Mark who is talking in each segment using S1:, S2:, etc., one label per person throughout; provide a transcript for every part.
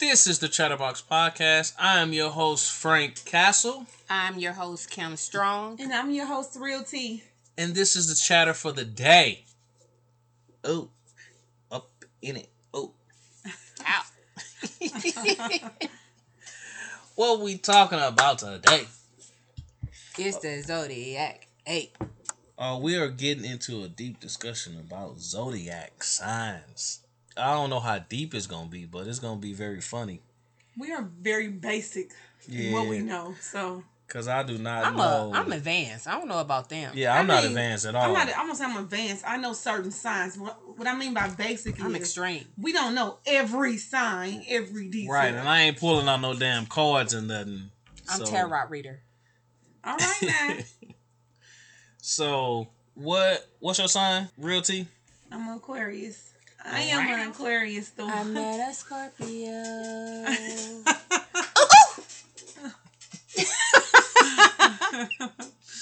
S1: This is the Chatterbox Podcast. I am your host, Frank Castle,
S2: I'm your host, Kim Strong.
S3: And I'm your host, Real T.
S1: and this is the chatter for the day. Oh, up in it. Oh.
S2: Out.
S1: What we talking about today?
S2: It's the Zodiac 8.
S1: Uh, we are getting into a deep discussion about zodiac signs. I don't know how deep it's gonna be, but it's gonna be very funny.
S3: We are very basic in what we know. So
S1: Cause I do not
S2: I'm,
S1: know.
S2: a, I'm advanced. I don't know about them.
S1: yeah, I'm
S3: I
S1: not
S3: mean,
S1: advanced at
S3: I'm
S1: all.
S3: not I'm gonna say I'm advanced. I know certain signs. What, what I mean by basic
S2: I'm
S3: is
S2: extreme.
S3: we don't know every sign, every detail.
S1: right, and I ain't pulling out no damn cards and nothing.
S2: I'm
S1: so-
S2: tarot reader.
S3: All right now.
S1: So what? What's your sign? Realty.
S3: I'm Aquarius. I am an Aquarius though.
S2: I'm not a Scorpio.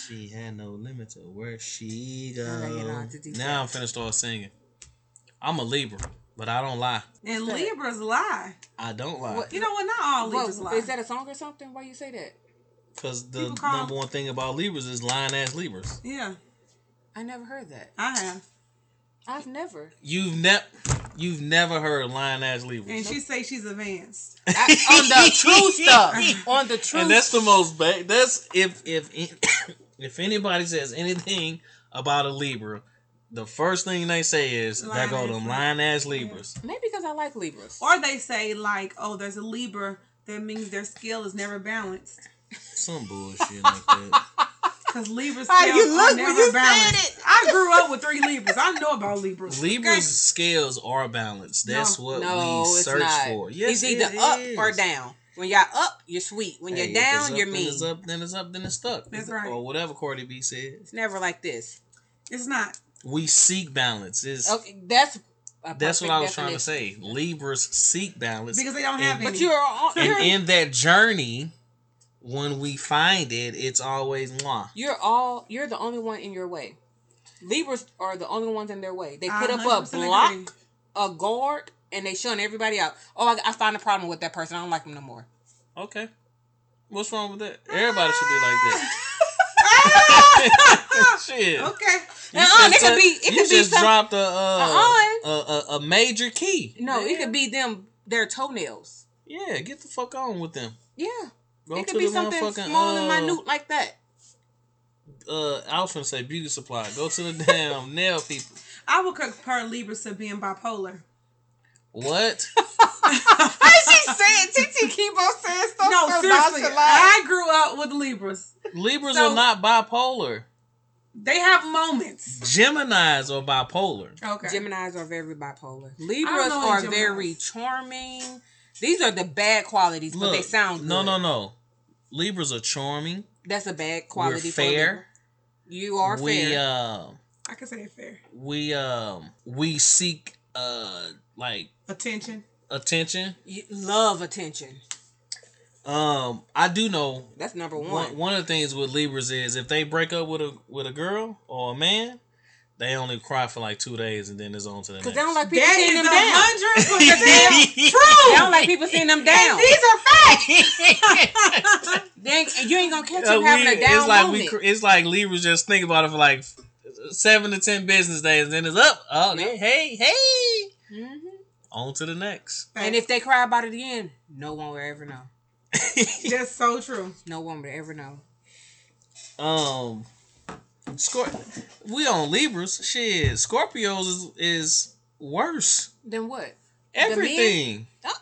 S1: She had no limit to where she
S2: Alright, you know how
S1: go.
S2: to do that.
S1: Now I'm finna start singing. I'm a Libra, but I don't lie.
S3: and Libras lie.
S1: I don't lie.
S2: What-
S3: You know what? Not all Libras
S2: What,
S3: lie.
S2: is that a song or something? Why you say that?
S1: Because the
S3: People call-
S1: number one thing about Libras is lying ass Libras.
S3: yeah,
S2: I never heard that.
S3: I have.
S2: I've never.
S1: You've never you've never heard lying ass
S3: And
S1: Libras.
S3: she say she's advanced.
S2: I, on the true stuff. On the truth.
S1: And that's the most ba- that's if if if anybody says anything about a Libra, the first thing they say is there go
S3: Lying-ass
S1: them
S3: Libras."
S1: lying ass Libras.
S2: Maybe because I like Libras.
S3: Or they say like, oh, there's a Libra. That means their skill is never balanced.
S1: Some bullshit like that.
S3: Cause Libras
S2: How
S3: scales
S2: you
S3: are
S2: look when
S3: never
S2: you said
S3: balanced.
S2: it.
S3: I grew up with three Libras. I know about Libras.
S1: Libra's
S3: Okay?
S1: scales are balanced. That's
S3: No.
S1: what
S2: no,
S1: we
S2: it's
S1: search
S2: not.
S1: for. Yes,
S2: it's either
S1: it
S2: up
S1: is.
S2: or down. When y'all up, you're sweet. When
S1: Hey,
S2: you're down,
S1: if it's
S2: you're
S1: up,
S2: mean.
S1: Then it's up, then it's up, then it's stuck.
S3: That's
S1: It's-
S3: right.
S1: Or whatever Cardi B said.
S2: It's never like this.
S3: It's not.
S1: We seek balance. Is
S2: Okay, that's a
S1: that's what
S2: perfect
S1: I was trying to
S2: definition.
S1: say. Libras seek balance.
S3: Because they don't have
S1: And-
S3: any.
S2: But you are on,
S1: and
S2: you're,
S1: in that journey, when we find it, it's always mwah.
S2: you're all you're the only one in your way. Libras are the only ones in their way. They put up a
S3: 100%
S2: block,
S3: agree.
S2: a guard, and they shun everybody out. Oh, I, I found a problem with that person. I don't like them no more.
S1: Okay. What's wrong with that? Everybody should be like that. Shit.
S3: Okay.
S1: You just
S2: Uh-uh, it could
S1: said-
S2: be- it
S1: you
S2: could be
S1: just
S2: some-
S1: dropped a, uh,
S2: Uh-uh.
S1: a, a a major key.
S2: No, it could be them their toenails.
S1: Yeah, get the fuck on with them.
S2: Yeah,
S1: Go
S2: it
S1: to
S2: could be
S1: the
S2: something
S1: motherfucking,
S2: small and
S1: uh,
S2: minute like that.
S1: Uh, I was gonna say beauty supply. Go to the damn nail people.
S3: I would compare Libras to being bipolar.
S1: What?
S2: Why is she saying? Titi keep on saying stuff
S3: no,
S2: so
S3: seriously.
S2: nonchalant.
S3: I grew up with Libras.
S1: Libras
S2: So-
S1: are not bipolar.
S3: They have moments.
S1: Geminis are bipolar.
S3: Okay.
S2: Geminis are very bipolar.
S3: I don't
S2: Libras
S3: know
S2: are
S3: any Geminis.
S2: very charming. These are the bad qualities, but
S1: Look,
S2: they sound
S1: no,
S2: good.
S1: no, no. Libras are charming.
S2: That's a bad quality.
S1: We're
S2: for a
S1: fair.
S2: Libra. You are
S1: we
S2: fair.
S1: uh,
S3: I can say it fair.
S1: we um, we seek uh, like
S3: Attention.
S1: attention.
S2: you love attention.
S1: Um, I do know
S2: That's number one.
S1: one, one of the things with Libras is if they break up with a with a girl or a man, they only cry for like two days and then it's on to the next.
S2: Cause they don't like people
S3: That
S2: seeing
S3: is
S2: them
S3: a
S2: down.
S3: hundred percent
S2: They
S3: true.
S2: don't like people seeing them down.
S3: These are facts.
S2: Then you ain't gonna catch
S1: Uh,
S2: them
S1: we-
S2: having a down
S1: it's like
S2: moment.
S1: we, cr- it's like Libras just think about it for like seven to ten business days, and then it's up. Oh,
S2: Yeah.
S1: hey, hey,
S2: Mhm.
S1: on to the next.
S2: And if they cry about it again, no one will ever know.
S3: That's so true.
S2: No one will ever know.
S1: Um, Scor- we on Libras. Shit, Scorpios is is worse.
S2: Then what? men?
S1: Everything.
S3: I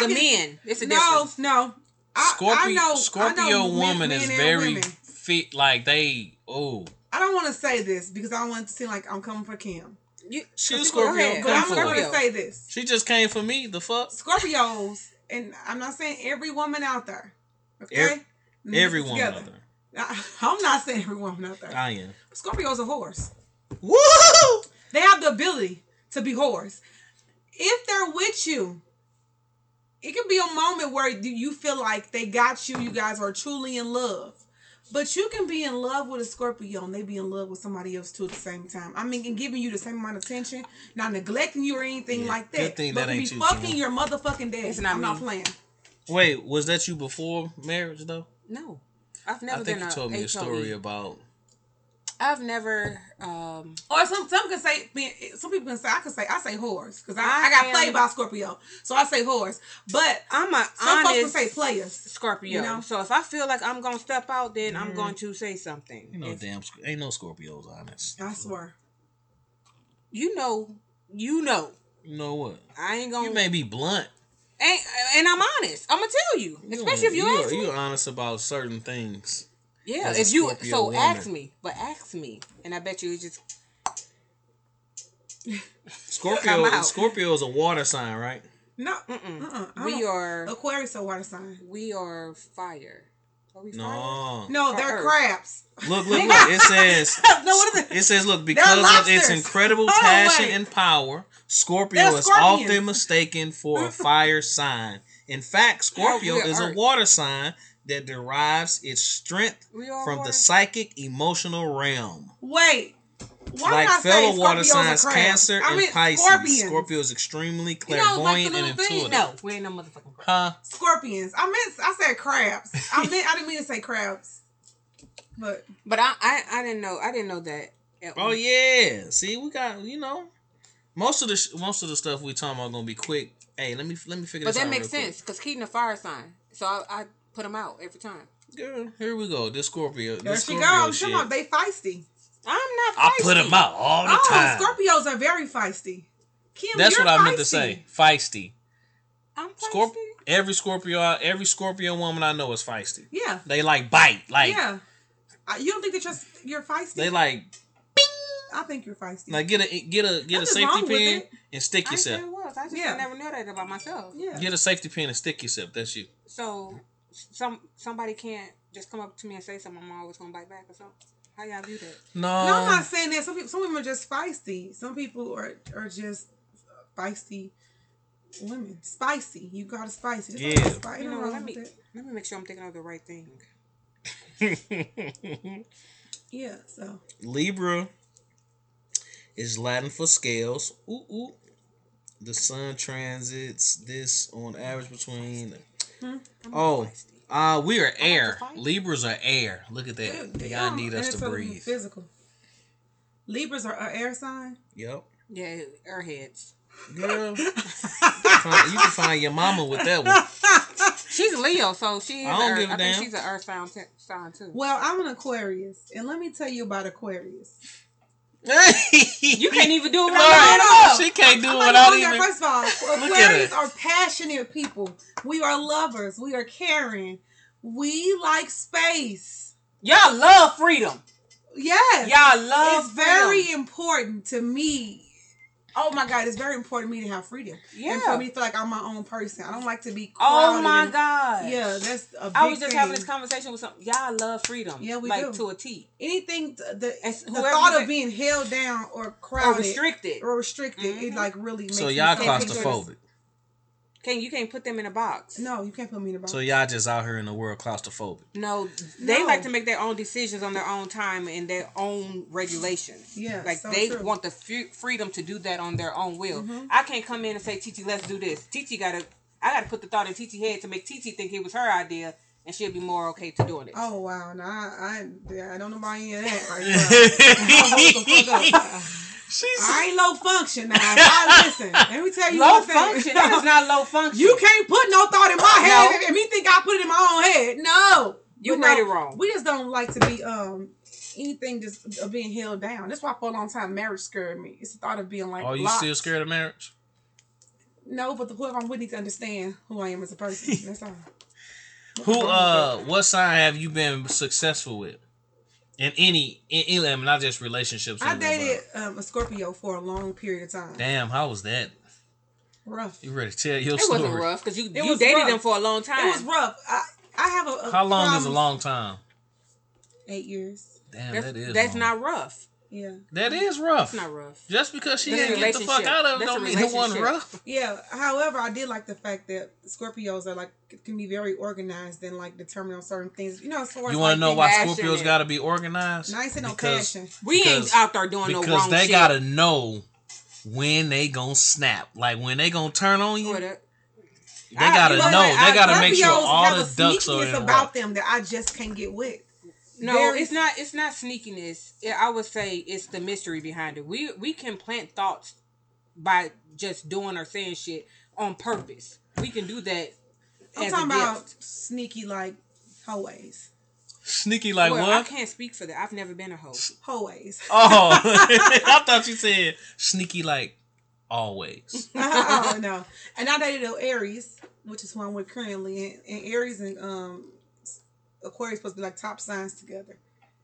S2: the
S3: can-
S2: men. It's a
S3: No,
S2: difference.
S3: no. I,
S1: Scorpio
S3: I know,
S1: Scorpio
S3: I know men-
S1: woman
S3: men
S1: is
S3: and
S1: very
S3: women.
S1: fit. Like they oh.
S3: I don't want to say this because I don't want it to seem like I'm coming for Kim.
S2: You,
S1: She
S2: Go
S1: was Scorpio.
S2: ahead.
S1: Come
S3: But I'm
S1: for
S3: going
S1: it.
S3: to say this.
S1: She just came for me. The fuck.
S3: Scorpios, and I'm not saying every woman out there, okay?
S1: Ev-
S3: Let me get
S1: Everyone
S3: Mm, together.
S1: out there.
S3: I, I'm not saying every woman out there.
S1: I am.
S3: Scorpios are whores.
S1: Woo!
S3: They have the ability to be whores. If they're with you, it can be a moment where you- you feel like they got you, you guys are truly in love. But you can be in love with a Scorpio and they be in love with somebody else too at the same time. I mean, and giving you the same amount of attention, not neglecting you or anything
S1: Yeah,
S3: like that.
S1: good thing that
S3: but can
S1: ain't
S3: be
S1: you,
S3: fucking
S1: Kim.
S3: your motherfucking dad.
S2: It's not
S3: I'm
S2: me.
S3: not playing.
S1: Wait, was that you before marriage though?
S2: No, I've never
S1: I think
S2: been
S1: you
S2: a
S1: told me a
S3: E.
S1: story
S2: HOE.
S1: about.
S2: I've never. Um,
S3: Or some some can say being- some people can say I can say I say whores because I, I,
S2: I
S3: got
S2: am-
S3: played by a Scorpio, so I say whores. But
S2: I'm a
S3: some folks
S2: honest
S3: can say players.
S2: Scorpio.
S3: you know? Mm-hmm.
S2: So if I feel like I'm gonna step out, then I'm going to say something.
S1: You know,
S2: If-
S1: damn, Sc- ain't no Scorpios honest.
S3: I swear.
S2: you know, you know,
S1: You know what?
S2: I ain't gonna.
S1: You may be blunt.
S2: and, and I'm honest. I'm gonna tell you, especially if you,
S1: are-
S2: ask me.
S1: You're honest about certain things.
S2: yeah,
S1: as a
S2: if you
S1: Scorpio
S2: so
S1: woman.
S2: ask me, but ask me, and I bet you it's just Come
S1: Scorpio,
S2: out.
S1: Scorpio is a water sign, right?
S3: No,
S2: Mm-mm.
S3: uh-uh, I
S2: we
S3: don't-
S2: are
S3: Aquarius or water sign.
S2: we are fire. Are we fire?
S1: No.
S3: No,
S2: Or
S3: they're
S2: Earth.
S3: crabs.
S1: Look, look, look. It says.
S3: no, what is it?
S1: It says, look, because of its
S3: lobsters.
S1: incredible
S3: Oh,
S1: passion
S3: wait.
S1: and power, Scorpio
S3: They're
S1: is
S3: scorpions.
S1: often mistaken for a fire sign. In fact, Scorpio
S2: Yeah, we
S1: is
S2: are.
S1: a water sign that derives its strength
S2: We are
S1: from
S2: water.
S1: the psychic emotional realm.
S3: Wait. Why
S1: like
S3: did I
S1: fellow
S3: say
S1: water
S3: Scorpios
S1: signs
S3: are crabs?
S1: Cancer
S3: I
S1: and
S3: mean,
S1: Pisces,
S3: Scorpions.
S1: Scorpio is extremely
S2: You know, like the
S1: clairvoyant
S2: little
S1: and
S2: thing.
S1: intuitive.
S2: No, we ain't no motherfucking. crab.
S1: Huh?
S3: Scorpions. I meant I said crabs. I meant I didn't mean to say crabs. But
S2: But I, I, I didn't know. I didn't know that. at
S1: Oh
S2: one-
S1: yeah. See, we got you know most of the sh- most of the stuff we talking about gonna be quick. Hey, let me let me figure
S2: But
S1: this out.
S2: that makes
S1: real quick.
S2: sense because Keaton a fire sign, so I, I put him out every time.
S1: Girl, here we go. This Scorpio.
S3: there
S1: This
S3: she
S1: Scorpio
S3: goes.
S1: shit.
S3: Come on, they feisty.
S2: I'm not.
S1: I put
S2: feisty.
S1: him out all the
S3: Oh,
S1: time.
S3: Scorpios are very feisty. Kim,
S1: That's
S3: you're
S1: what I meant to
S3: feisty.
S1: say. Feisty.
S2: I'm feisty.
S1: Scorp- every Scorpio, I- every Scorpio woman I know is feisty.
S3: Yeah.
S1: They like bite, like
S3: yeah. I- You don't think that you're s- you're feisty?
S1: they like
S3: I think you're feisty.
S1: like get a get a get a
S3: Nothing's
S1: safety
S3: wrong with
S1: pin
S3: it.
S1: and stick
S2: I
S1: yourself.
S2: sure was. I just
S3: Yeah.
S2: never knew that about myself.
S3: yeah.
S1: Get a safety pin and stick yourself. That's you.
S2: So some somebody can't just come up to me and say something. I'm always gonna bite back or something. How y'all view that?
S1: No,
S3: No, I'm not saying that. Some people, some women are just feisty. Some people are are just feisty women. Spicy. You got to spicy. Just
S1: Yeah.
S3: Spicy.
S2: You
S3: Ain't
S2: know,
S3: nothing wrong
S2: let me
S3: with that.
S2: let me make sure I'm thinking of the right thing.
S3: Yeah. So
S1: Libra is Latin for scales. Ooh, ooh. The sun transits this on average between.
S2: I'm not
S1: Oh,
S2: feisty.
S1: uh, we are air.
S2: fight.
S1: Libras are air. Look at that. Y'all
S3: Um,
S1: need
S3: and
S1: us
S3: it's
S1: to
S3: a
S1: breathe.
S3: Physical. Libras are an air sign.
S1: Yep.
S2: yeah, airheads.
S1: Girl, you can find your mama with that one.
S2: She's a Leo, so she. Is
S1: I don't
S2: a,
S1: give a
S2: I think
S1: damn.
S2: she's an Earth sign, t- sign too.
S3: Well, I'm an Aquarius, and let me tell you about Aquarius.
S2: You can't even do it
S1: Right.
S2: without
S3: No, no, no.
S1: She can't do it
S3: I'm "Oh, not
S1: without
S3: going there.
S1: even.
S3: First of all,
S1: Look at
S3: Aquarius
S1: her.
S3: are passionate people. We are lovers. We are caring. We like space.
S2: Y'all love freedom.
S3: Yes.
S2: Y'all love
S3: it's very important to me. Oh my God, it's very important to me to have freedom.
S2: Yeah.
S3: And for me to feel like I'm my own person. I don't like to be crowded.
S2: Oh my
S3: and-
S2: god.
S3: Yeah, that's a big
S2: I was just
S3: thing.
S2: having this conversation with some y'all love freedom.
S3: Yeah, we
S2: like
S3: do.
S2: to a T.
S3: Anything, th- the,
S2: As-
S3: the
S2: whoever
S3: thought
S2: you
S3: of
S2: are-
S3: being held down or
S2: Or
S3: crowded
S2: restricted.
S3: or restricted, it
S2: Mhm.
S3: like really makes
S1: So
S3: me
S1: y'all
S3: feel-
S1: claustrophobic.
S2: Can you can't put them in a box.
S3: No, you can't put me in a box.
S1: So y'all just out here in the world claustrophobic.
S2: No, they
S3: No.
S2: like to make their own decisions on their own time and their own regulations.
S3: Yeah,
S2: like
S3: so
S2: they
S3: true. Mm-hmm.
S2: want the fu- freedom to do that on their own will. I can't come in and say, "Titi, let's do this." Titi gotta, I gotta put the thought in Titi head to make Titi think it was her idea, and she'll be more okay to doing it.
S3: Oh wow, nah, I I don't know about any of that right now. I woke the fuck up.
S1: She's
S3: I ain't low function now. I listen. Let me tell you
S2: low
S3: one thing.
S2: function. That is not low function.
S3: You can't put no thought in my head
S2: No.
S3: and me think I put it in my own head. No.
S2: You
S3: But
S2: made
S3: no,
S2: it wrong.
S3: We just don't like to be um anything just of being held down. That's why for a long time marriage scared me. It's the thought of being like
S1: Are Oh, you
S3: locked.
S1: still scared of marriage?
S3: No, but the whoever I'm with needs to understand who I am as a person. That's all.
S1: Who uh what sign have you been successful with? In any in any I mean, not just relationships.
S3: I
S1: in the
S3: dated
S1: world.
S3: um, a Scorpio for a long period of time.
S1: Damn, how was that?
S3: Rough.
S1: You ready to tell your
S2: It
S1: story?
S2: wasn't rough because you,
S3: It
S2: you
S3: was
S2: dated
S3: rough.
S2: them for a long time.
S3: It was rough. I, I have a, a
S1: How long is a
S3: problem-
S1: long time?
S3: Eight years.
S1: Damn,
S2: That's,
S1: that is
S2: that's
S1: long.
S2: not rough.
S3: Yeah.
S1: That is rough.
S2: It's not rough.
S1: Just because she
S2: That's a
S1: didn't get the fuck
S2: relationship.
S1: out of it
S2: That's a
S1: don't mean it wasn't
S2: relationship.
S1: rough.
S3: Yeah. However, I did like the fact that Scorpios are like can be very organized and like determined on certain things. You know, as far as
S1: You want to
S3: like,
S1: know
S3: they-
S1: why
S2: passionate.
S1: Scorpios got to be organized?
S3: No, I ain't said no
S1: Because-
S3: passion.
S2: We
S1: Because-
S2: ain't out there doing no
S1: Because
S2: wrong
S1: they
S2: shit.
S1: got to know when they gonna snap. Like when they gonna turn on you.
S2: What
S1: They
S2: up? I-
S1: got to
S2: you
S1: know.
S2: know what?
S1: They
S2: I-
S1: got to make sure
S3: Scorpios
S1: all
S3: have
S1: the
S3: a
S1: ducks are in
S3: sneakiness
S1: a row.
S3: about them that I just can't get with.
S2: No,
S3: Very-
S2: it's not. It's not sneakiness. Yeah, I would say it's the mystery behind it. We we can plant thoughts by just doing or saying shit on purpose. We can do that.
S3: I'm
S2: as
S3: talking
S2: a
S3: about
S2: gift.
S3: sneaky like hoeways.
S1: Sneaky like
S2: well, I
S1: what?
S2: can't speak for that. I've never been a hoe.
S3: Hoeways.
S1: Oh, I thought you said sneaky like always.
S3: oh no. And I dated an Aries, which is who I'm with currently. And, and Aries and um Aquarius supposed to be like top signs together.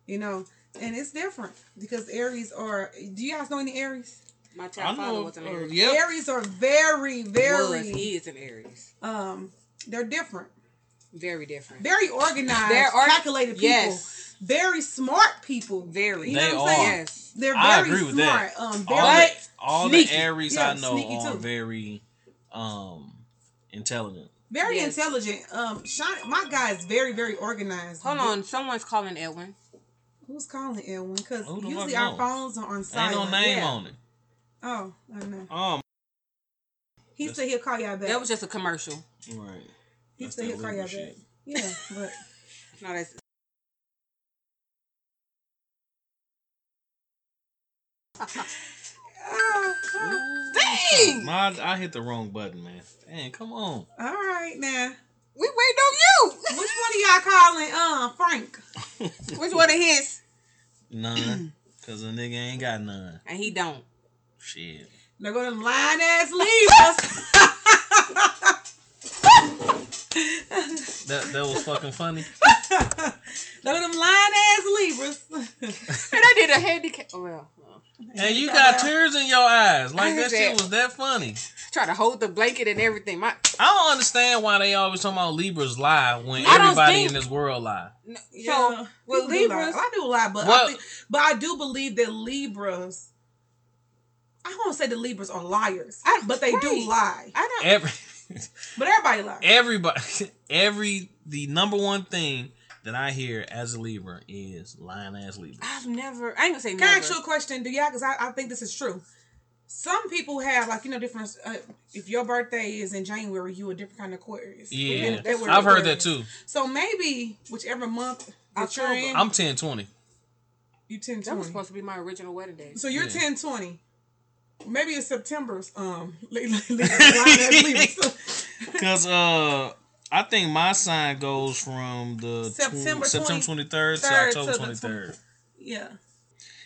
S3: You know? And it's different because Aries are do you guys know any Aries?
S2: My child father was an
S1: uh,
S2: Aries.
S1: yep.
S3: Aries are very,
S2: Was
S3: very
S2: he is an Aries.
S3: um they're different.
S2: Very different.
S3: Very organized,
S2: They're org-
S3: calculated people.
S2: Yes.
S3: Very smart people.
S2: Very.
S3: You know
S1: They
S3: what I'm saying?
S1: are.
S2: Yes.
S3: They're very
S1: I agree with
S3: smart.
S1: that. All,
S3: Um very
S1: the,
S2: But
S1: all
S2: sneaky.
S1: the Aries
S3: Yeah,
S1: I know
S3: sneaky
S1: are
S3: too.
S1: very um intelligent.
S3: very
S2: Yes.
S3: intelligent. Um Sean, my guy is very, very organized.
S2: Hold on. Someone's calling Edwin.
S3: Who's calling Edwin? Because
S1: Who the
S3: usually
S1: fuck
S3: our
S1: knows?
S3: phones are on
S1: Ain't no
S3: silent.
S1: name
S2: yeah.
S1: on it.
S3: Oh, I know.
S1: Um,
S3: He
S1: That's-
S3: said he'll call y'all back.
S2: That was just a commercial.
S1: right.
S3: he
S1: that's
S3: said
S1: that
S3: he'll call y'all
S1: Libra
S3: back.
S1: shit.
S3: Yeah, but
S2: No, that's
S3: Ah,
S1: Ooh,
S2: Dang!
S1: My, I hit the wrong button, man. Dang, come on.
S3: all right now.
S2: we waiting on
S3: Which one of y'all calling? Um, Frank.
S2: you. Which one of his?
S1: None. Cause a nigga ain't got none.
S2: And he don't.
S1: Shit.
S3: They're going to line ass leave us.
S1: That that was fucking funny.
S3: Look at them line ass Libras.
S2: And I did a handicap. Well, uh,
S1: And you got tears in your eyes. Like
S2: I
S1: that
S2: heard
S1: shit
S2: that.
S1: was that funny.
S2: try to hold the blanket and everything. My
S1: I don't understand why they always talking about Libras lie when
S2: I don't
S1: everybody
S2: think-
S1: in this world lie.
S2: no,
S3: Yeah,
S2: so well
S3: people do lie.
S2: Libras.
S3: I do lie, but I
S1: Well-
S3: think, but I do believe that Libras. I won't say the Libras are liars,
S2: I-
S3: but they
S2: right.
S3: do lie.
S2: I don't.
S1: Every
S3: But everybody lies.
S1: everybody every the number one thing that I hear as a Libra is lying ass Libra.
S2: I've never. I ain't gonna say
S3: Can I
S2: never.
S3: ask you a question? Do y'all? Because I, I think this is true. Some people have like you know different. Uh, if your birthday is in January, you a different kind of Aquarius. You're
S1: Yeah.
S3: in February,
S1: I've heard that
S3: Aquarius.
S1: too.
S3: So maybe whichever month that you're
S2: October.
S3: in,
S1: I'm 10 20.
S3: you ten
S2: That was
S3: twenty.
S2: supposed to be my original wedding day.
S3: So you're
S1: Yeah.
S3: ten twenty. Maybe it's September's. Um, li- li- li- line ass Libras.
S1: Cause uh I think my sign goes from the
S3: September
S1: tw- September 23rd to
S3: third to
S1: October
S3: the
S1: 23rd.
S3: yeah.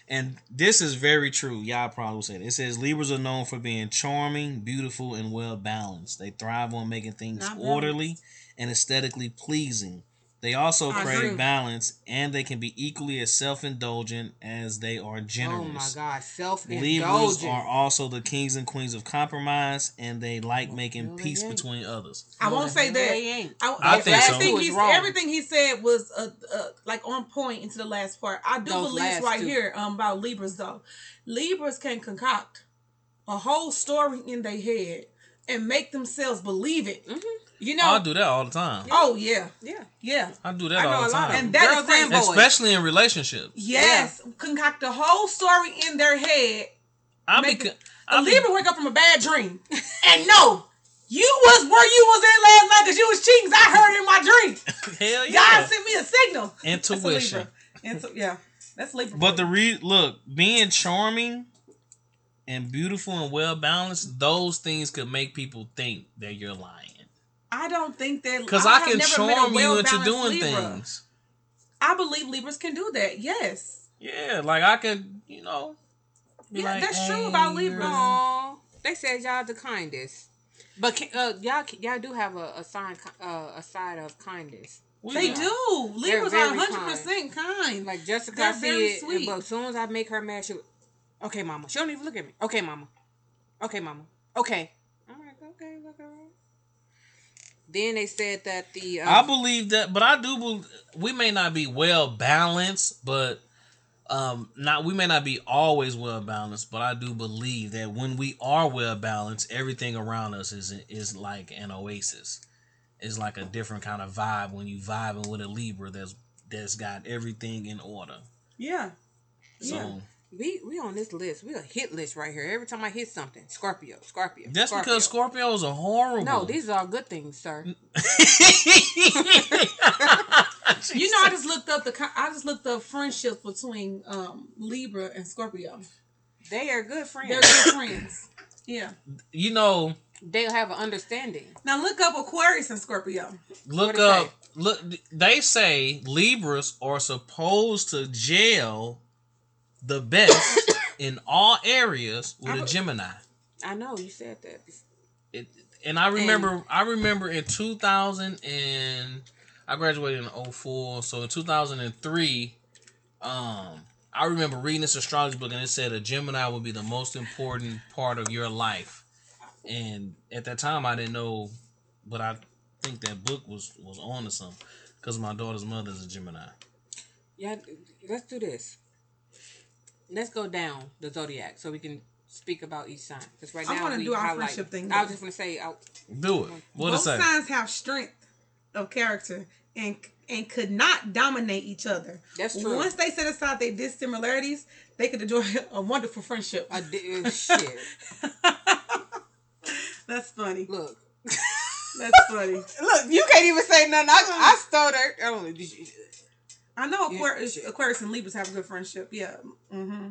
S1: And this is very true. Y'all probably said it. It says Libras are known for being charming, beautiful, and well balanced. They thrive on making things
S3: Not
S1: orderly and aesthetically pleasing. They also
S3: I
S1: crave
S3: agree.
S1: balance, and they can be equally as self indulgent as they are
S2: oh my
S1: generous.
S2: God, self
S1: Libras are
S2: indulgence.
S1: also the kings and queens of compromise, and they like making
S2: no, they
S1: peace
S2: ain't.
S1: between others.
S3: I won't say that.
S2: They ain't.
S3: I,
S1: I
S3: everything
S1: think so.
S3: he,
S2: Was wrong.
S3: everything he said was uh, uh, like on point into the last part. I do
S2: Those
S3: believe
S2: last
S3: right
S2: two.
S3: here um, about Libras though. Libras can concoct a whole story in their head and make themselves believe it.
S2: Mm.
S3: You know?
S1: I do that all the time.
S3: oh yeah,
S2: Yeah.
S3: yeah.
S1: I do that
S2: I know
S1: all the
S2: a lot of
S1: time.
S3: And that is
S2: Girls and
S3: crazy.
S2: boys.
S1: Especially in relationships.
S3: Yes, concoct a whole story in their head.
S1: I
S3: Make
S1: beca-
S3: it- A
S1: I be-
S3: Libra wake up from a bad dream and no. You was where you was at last night because you was cheating. 'cause I heard it in my dream.
S1: hell
S3: God
S1: yeah.
S3: sent me a signal. That's a
S1: Intuition.
S3: Libra. Intu- yeah, that's Libra.
S1: But the re look, being charming and beautiful and well balanced, those things could make people think that you're lying.
S3: I don't think that
S1: Because I,
S3: have
S1: can
S3: never met a
S1: charm you into
S3: well-balanced
S1: doing
S3: Libra.
S1: things.
S3: I believe Libras can do that. Yes,
S1: Yeah, like I can, you know. be
S2: Yeah,
S1: like,
S2: that's true
S1: "Hey,
S2: about
S1: you're-"
S2: Libra. Aw, They said y'all the kindest, but ki- uh, y'all ki- y'all do have a a sign ki- uh, a side of kindness.
S1: We-
S3: they do. Libras
S2: They're
S3: are
S2: very
S3: 100 percent kind. Like
S2: Like Jessica
S3: They're
S2: I see
S3: very
S2: it,
S3: sweet.
S2: but as soon as I make her mad, she, okay, mama. She don't even look at me. Okay, mama. Okay, mama. Okay. I'm like, okay, look around. Then they said that the uh,
S1: I believe that, but I do believe we may not be well balanced, but um not we may not be always well balanced but i do believe that when we are well balanced everything around us is is like an oasis it's like a different kind of vibe when you vibing with a libra that's that's got everything in order
S3: Yeah.
S1: so
S3: Yeah.
S2: We we on this list. We a hit list right here. Every time I hit something, Scorpio, Scorpio.
S1: that's
S2: Scorpio.
S1: because scorpios are horrible
S2: No, these are good things, sir.
S3: You know, I just looked up the. co- I just looked up friendships between um, Libra and Scorpio.
S2: They are good
S3: They're
S2: friends.
S3: good friends. Yeah.
S1: you know
S2: They'll have an understanding.
S3: Now look up Aquarius and Scorpio.
S1: look
S2: What'd it
S1: up look they say libras are supposed to jail the best in all areas with a
S2: I'm-
S1: gemini
S2: I know you said that. before.
S1: it, and I remember I remember in 2000 and I graduated in 04 so in 2003 um I remember reading this astrology book and it said a Gemini would be the most important part of your life and at that time I didn't know but I think that book was was on to something because my daughter's mother is a Gemini
S2: Yeah, let's do this. Let's go down the zodiac so we can speak about each sign. Because right
S3: I
S2: now
S3: wanna
S2: we
S3: do our
S2: highlight-
S3: friendship thing,
S2: I was
S3: though.
S2: just gonna say, I,
S1: do it what it
S3: Both
S1: say
S3: signs have strength of character and and could not dominate each other.
S2: That's true.
S3: Once they set aside their dissimilarities, they could enjoy a wonderful friendship.
S2: I did shit.
S3: That's funny.
S2: Look,
S3: That's funny.
S2: look, you can't even say nothing. I, I stuttered. I don't.
S3: I know
S2: Yeah,
S3: Aquarius,
S2: shit.
S3: Aquarius and Libras have a good friendship. Yeah. Mm-hmm.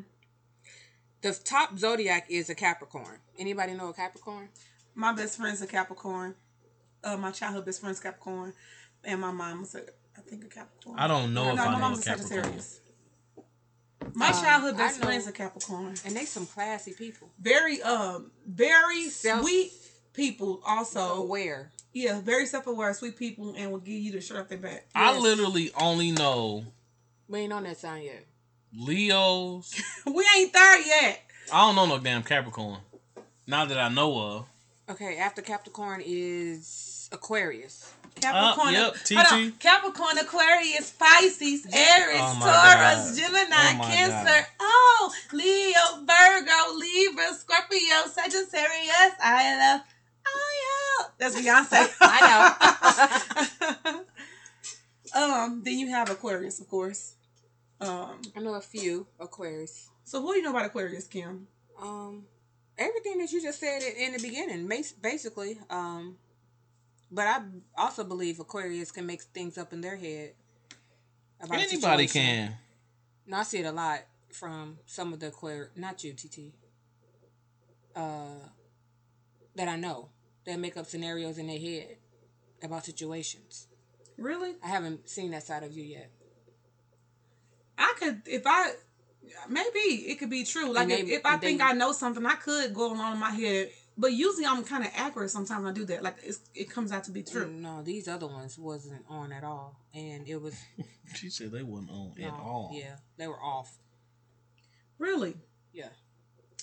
S2: The top zodiac is a Capricorn. Anybody know a Capricorn?
S3: My best friend's a Capricorn. Uh, my childhood best friend's Capricorn, and my mom's a I think a Capricorn.
S1: I don't know
S3: No,
S1: if
S3: no,
S1: I
S3: my
S1: know a
S3: mom's a
S1: Capricorn
S3: Sagittarius. My
S2: Um,
S3: childhood
S2: I
S3: best
S2: know-
S3: friend's a Capricorn.
S2: And they some classy people.
S3: Very um, very
S2: Self-
S3: sweet people. Also,
S2: Aware.
S3: yeah, very self-aware, sweet people, and will give you the shirt off their back.
S1: I
S2: Yes.
S1: literally only know
S2: We ain't on that sign yet.
S1: Leo's
S3: we ain't there yet.
S1: I don't know no damn Capricorn. Not that I know of.
S2: Okay, after Capricorn is Aquarius.
S3: Capricorn,
S1: Ah, yep,
S3: hold on.
S1: TT.
S3: Capricorn, Aquarius, Pisces, Aries,
S1: Oh my
S3: Taurus,
S1: God.
S3: Gemini,
S1: Oh my
S3: Cancer.
S1: God.
S3: Oh, Leo, Virgo, Libra, Scorpio, Sagittarius. I love. Oh yeah, that's Beyonce.
S2: I
S3: know. um, then you have Aquarius, of course. Um,
S2: I know a few Aquarius.
S3: so what do you know about Aquarius, Kim?
S2: Um, everything that you just said in- in the beginning, mas- basically. Um, but I also believe Aquarius can make things up in their head. About a
S1: Anybody
S2: situation.
S1: can.
S2: No, I see it a lot from some of the queer, not you, TT. Uh, that I know that make up scenarios in their head about situations.
S3: Really?
S2: I haven't seen that side of you yet.
S3: I could if I maybe it could be true. Like
S2: And
S3: if,
S2: they-
S3: if I
S2: they-
S3: think I know something, I could go along in my head. But usually I'm kind of accurate. Sometimes I do that. Like it's, it comes out to be true.
S2: No, these other ones wasn't on at all, and it was
S1: She said they wasn't on
S2: no,
S1: at all.
S2: Yeah, they were off.
S3: Really?
S2: Yeah,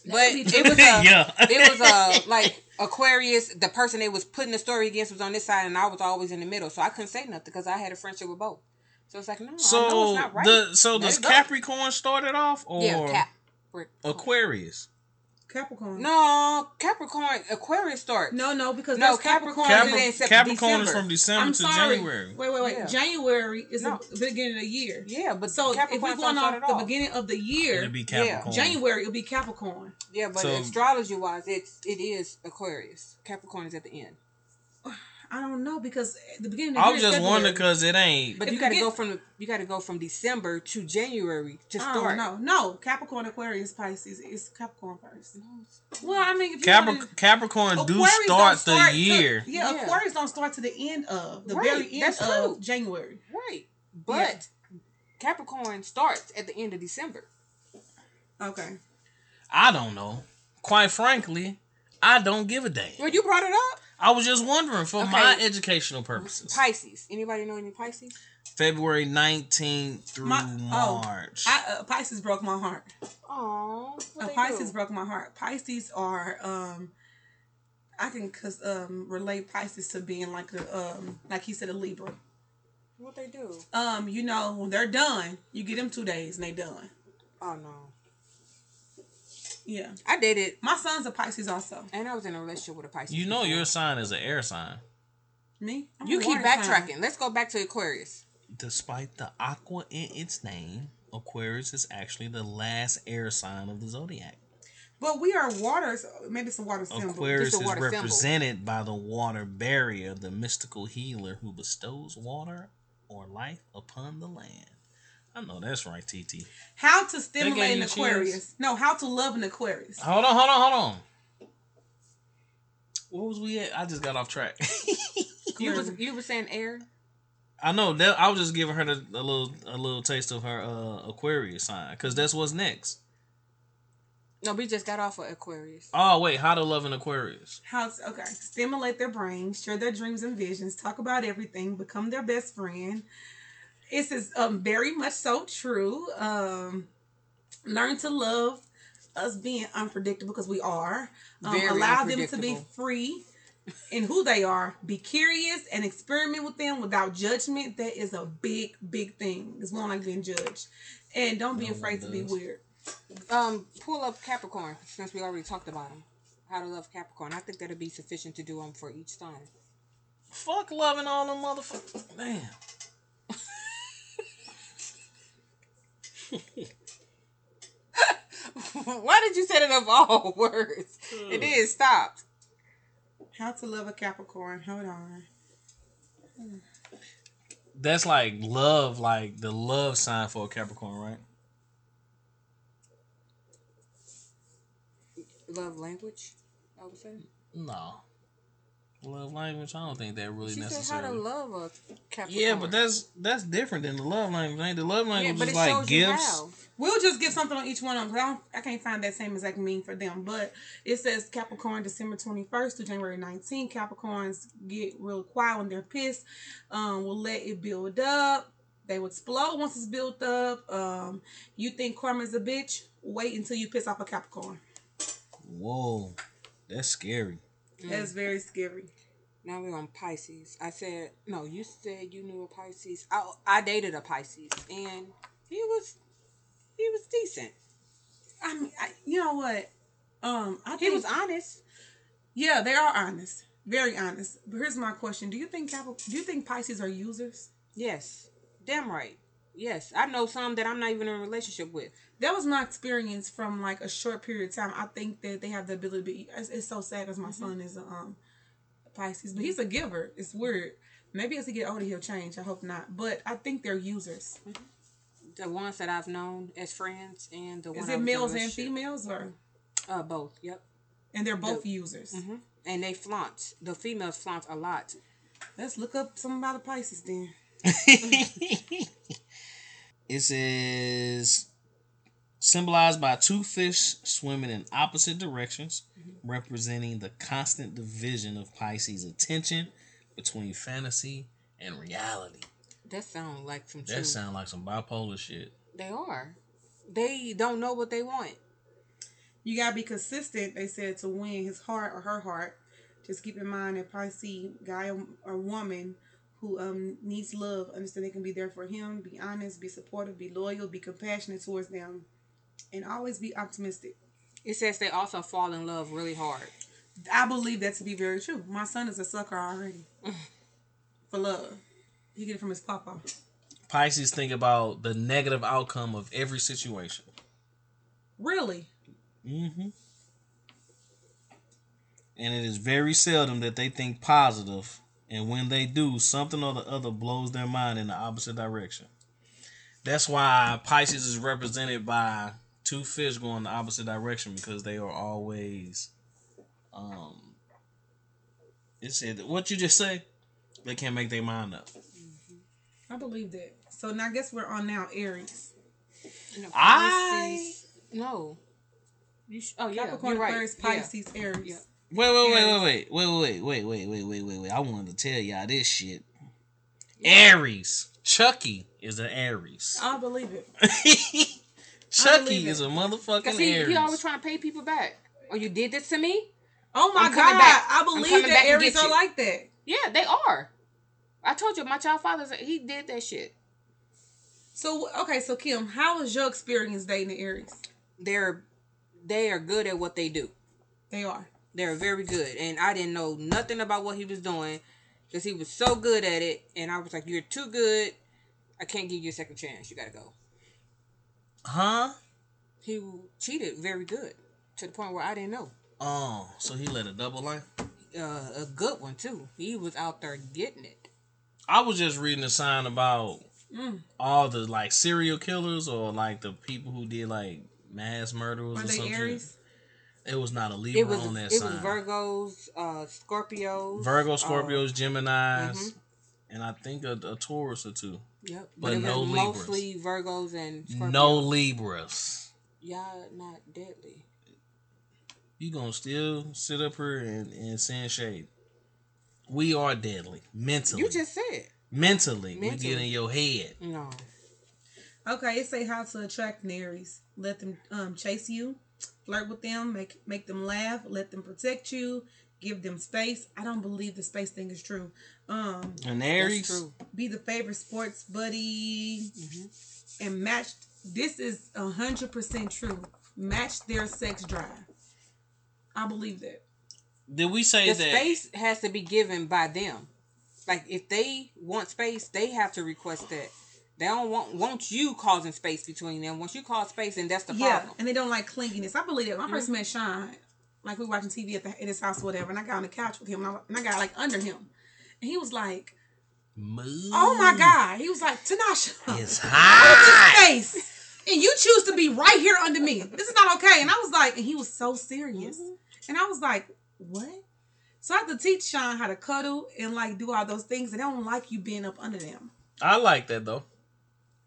S3: That
S2: but
S3: could be
S2: it was a
S1: yeah.
S2: it was a like Aquarius. The person they was putting the story against was on this side, and I was always in the middle, so I couldn't say nothing because I had a friendship with both. So it's like no, I know
S1: so
S2: it's not right.
S1: the so
S2: Let
S1: does
S2: it go.
S1: Capricorn start it off or
S2: yeah, Cap.
S1: Aquarius?
S3: Capricorn.
S2: No, Capricorn, Aquarius starts.
S3: No, no, because
S2: No,
S3: that's Capricorn.
S2: Capricorn
S1: Capri-
S2: is in Sep-
S1: Capricorn is
S2: Oh, December.
S1: from December
S3: I'm
S1: to
S3: sorry.
S1: January.
S3: Wait, wait, wait.
S2: Yeah.
S3: January is
S2: No.
S3: the beginning of the year.
S2: Yeah, but
S3: So if
S2: Capricorn
S3: we're going
S2: don't
S3: off
S2: start
S3: the
S2: at all.
S3: beginning of the year,
S1: It'd be Capricorn.
S3: January it'll be Capricorn.
S2: Yeah, but
S1: So-
S2: astrology wise, it's it is Aquarius. Capricorn is at the end.
S3: I don't know because at the beginning. of the
S1: I
S3: year
S1: was
S3: is
S1: just wondering
S3: February.
S1: because it ain't.
S2: But
S3: If
S2: you
S3: you
S2: got to
S3: get-
S2: go from you got to go from December to January to
S3: I
S2: start.
S3: don't know. No, Capricorn, Aquarius, Pisces. It's Capricorn first.
S2: No, it's-
S3: Well, I mean, if you wanted-
S1: Capric- Capricorn do
S3: Aquarius
S1: start,
S3: don't
S1: the
S3: to-
S1: year.
S3: yeah,
S2: Yeah.
S3: Aquarius don't start to the end of the
S2: Right,
S3: very end
S2: that's
S3: of
S2: true.
S3: January.
S2: Right, but Capricorn starts at the end of December.
S3: Okay.
S1: I don't know. Quite frankly, I don't give a damn.
S2: Well, you brought it up.
S1: I was just wondering for my
S2: Okay.
S1: educational purposes.
S2: Pisces. Anybody know any Pisces?
S1: February 19th through
S3: My- oh,
S1: March.
S3: I, uh, Pisces broke my heart.
S2: Oh,
S3: Uh, Pisces broke my heart. Pisces are um I can cause um relate Pisces to being like a um like he said a Libra.
S2: What they do?
S3: Um, you know, when they're done, you get them two days and they done.
S2: Oh no.
S3: Yeah.
S2: I dated
S3: My son's a Pisces also.
S2: and I was in a relationship with a Pisces.
S1: You know
S2: before.
S1: your sign is an air sign.
S3: Me? I'm
S2: You
S3: a
S2: keep
S3: water sign.
S2: backtracking. Let's go back to Aquarius.
S1: Despite the aqua in its name, Aquarius is actually the last air sign of the zodiac.
S3: But we are waters. Maybe it's a water symbol.
S1: Aquarius
S2: Just a
S1: is
S2: water symbol.
S1: represented by the water barrier, the mystical healer who bestows water or life upon the land. I know that's right, TT.
S3: How to
S1: They gave
S3: stimulate an
S1: you cheers?
S3: Aquarius. No, how to love an Aquarius.
S1: Hold on, hold on, hold on. What was we at? I just got off track.
S2: You was
S3: Aquarius.
S2: you was saying air.
S1: I know that I was just giving her the, a little a little taste of her uh, Aquarius sign because that's what's next.
S2: No, we just got off of Aquarius.
S1: Oh wait, how to love an Aquarius?
S3: How to, okay. Stimulate their brain, share their dreams and visions, talk about everything, become their best friend. This is um, very much so true. Um, learn to love us being unpredictable because we are. Um,
S2: Very
S3: allow them to be
S2: unpredictable.
S3: free in who they are. Be curious and experiment with them without judgment. That is a big, big thing. It's one like being judged. And don't be
S1: No one
S3: afraid to be
S1: does.
S3: weird.
S2: Um, pull up Capricorn since we already talked about him. How to love Capricorn. I think that'll be sufficient to do them for each sign.
S1: Fuck loving all the motherfuckers. Damn.
S2: Why did you set it up all words? It is stopped.
S3: How to love a Capricorn. Hold on.
S1: That's like love, like the love sign for a Capricorn, right?
S2: Love language. I would say.
S1: No. Love language, I don't think that really
S2: She said how to
S1: necessarily.
S2: love a Capricorn.
S1: Yeah, but that's that's different than the love language. Ain't the love
S2: yeah,
S1: language
S2: but
S1: is
S2: it
S1: like
S2: shows you
S1: gifts.
S2: how.
S3: We'll just give something on each one of them. 'cause I, don't, I can't find that same exact meaning for them. But it says Capricorn, December 21st to January 19th. Capricorns get real quiet when they're pissed. Um, will let it build up. They will explode once it's built up. Um, you think karma's a bitch? Wait until you piss off a Capricorn.
S1: Whoa. That's scary.
S2: Mm.
S3: That's very scary.
S2: Now we're on Pisces. I said no. You said you knew a Pisces. I I dated a Pisces and he was he was decent.
S3: I mean, I, you know what? Um, I
S2: He
S3: think-
S2: was honest.
S3: Yeah, they are honest. Very honest. But here's my question: Do you think Capricorn? Do you think Pisces are users?
S2: Yes, damn right. Yes, I know some that I'm not even in a relationship with.
S3: that was my experience from like a short period of time. I think that they have the ability. To be, it's, it's so sad because
S2: Mm-hmm.
S3: my son is a um Pisces, but he's a giver. It's weird. Maybe as he get older, he'll change. I hope not. But I think they're users.
S2: The ones that I've known as friends and the one
S3: Is
S2: I was
S3: it
S2: in a
S3: males and
S2: relationship-
S3: females or?
S2: Uh, both. Yep.
S3: And they're both users.
S2: Mm-hmm. And they flaunt. The females flaunt a lot.
S3: Let's look up some about the Pisces then.
S1: it says symbolized by two fish swimming in opposite directions, representing the constant division of Pisces' attention between fantasy and reality.
S2: That sounds like some.
S1: That
S2: true-
S1: sound like some bipolar shit.
S2: They are. They don't know what they want.
S3: You gotta be consistent. They said to win his heart or her heart. Just keep in mind that Pisces guy or- or woman who um needs love, understand they can be there for him, be honest, be supportive, be loyal, be compassionate towards them, and always be optimistic.
S2: It says they also fall in love really hard.
S3: I believe that to be very true. My son is a sucker already for love. He get it from his papa.
S1: Pisces think about the negative outcome of every situation.
S3: Really?
S1: Mm-hmm. And it is very seldom that they think positive, and when they do, something or the other blows their mind in the opposite direction. That's why Pisces is represented by two fish going the opposite direction because they are always, um, it said what you just say, they can't make their mind up.
S3: I believe that. So now I guess we're on now Aries.
S2: You know,
S1: I-
S2: Pisces- no. You sh- oh yeah,
S3: Capricorn,
S2: you're right.
S3: Aquarius,
S2: Yeah.
S3: Pisces, Aries.
S2: Yeah.
S1: Wait, wait, wait, wait, wait, wait, wait, wait, wait, wait, wait, wait, wait. I wanted to tell y'all this shit. Aries. Chucky is an Aries.
S3: I believe it. believe
S1: Chucky
S3: it.
S1: is a motherfucking
S2: Cause he,
S1: Aries.
S2: he always trying to pay people back. Oh, you did this to me?
S3: Oh my
S2: I'm coming
S3: god!
S2: back.
S3: I
S2: I'm
S3: believe
S2: coming
S3: that
S2: back and
S3: Aries
S2: get
S3: are
S2: you.
S3: like that.
S2: Yeah, they are. I told you, my child father's he did that shit.
S3: So okay, so Kim, how was your experience dating an Aries?
S2: They're they are good at what they do.
S3: They are.
S2: They're very good, and I didn't know nothing about what he was doing because he was so good at it, and I was like, "You're too good. I can't give you a second chance. You gotta go."
S1: Huh?
S2: He cheated very good to the point where I didn't know.
S1: Oh, so he led a double life.
S2: Uh, a good one too. He was out there getting it.
S1: I was just reading a sign about
S3: Mm.
S1: all the like serial killers or like the people who did like mass murders
S3: Were
S1: or
S3: they
S1: something.
S3: Aries?
S1: It was not a Libra
S2: It was
S1: on that
S2: it
S1: sign.
S2: was Virgos, uh, Scorpios,
S1: Virgo,
S2: uh,
S1: Scorpios, Gemini's,
S2: mhm.
S1: and I think a, a Taurus or two.
S2: Yep.
S1: But
S2: But, it
S1: no
S2: was
S1: Libras.
S2: mostly Virgos and Scorpios.
S1: No Libras.
S2: Y'all not deadly.
S1: You gonna still sit up here and, and send shade. We are deadly. Mentally.
S2: You just said.
S1: mentally, we get
S2: Mentally.
S1: in your head.
S2: No.
S3: Okay, it say how to attract an Aries. Let them um, chase you, flirt with them, make make them laugh, let them protect you, give them space. I don't believe the space thing is true. Um,
S1: An
S2: That's
S1: Aries.
S2: true.
S3: be the favorite sports buddy
S2: Mhm.
S3: and match. This is a hundred percent true. Match their sex drive. I believe that.
S1: Did we say
S2: The
S1: that
S2: space has to be given by them. Like if they want space, they have to request that. They don't want want you causing space between them. Once you cause space, then that's the
S3: yeah,
S2: problem. Mm-hmm.
S3: and they don't like clinginess. I believe that. When I first met Sean, like we were watching TV at, the, at his house, or whatever, and I got on the couch with him, and I, and I got like under him, and he was like,
S1: move?
S3: "Oh my
S2: Mm.
S3: god!" He was like, "Tanasha,
S1: It's
S3: Hold
S1: hot.
S3: your face." And you choose to be right here under me. This is not okay. And I was like, and he was so serious.
S2: Mm-hmm.
S3: And I was like, what? So I had to teach Sean how to cuddle and like do all those things, and they don't like you being up under them.
S1: I like that though.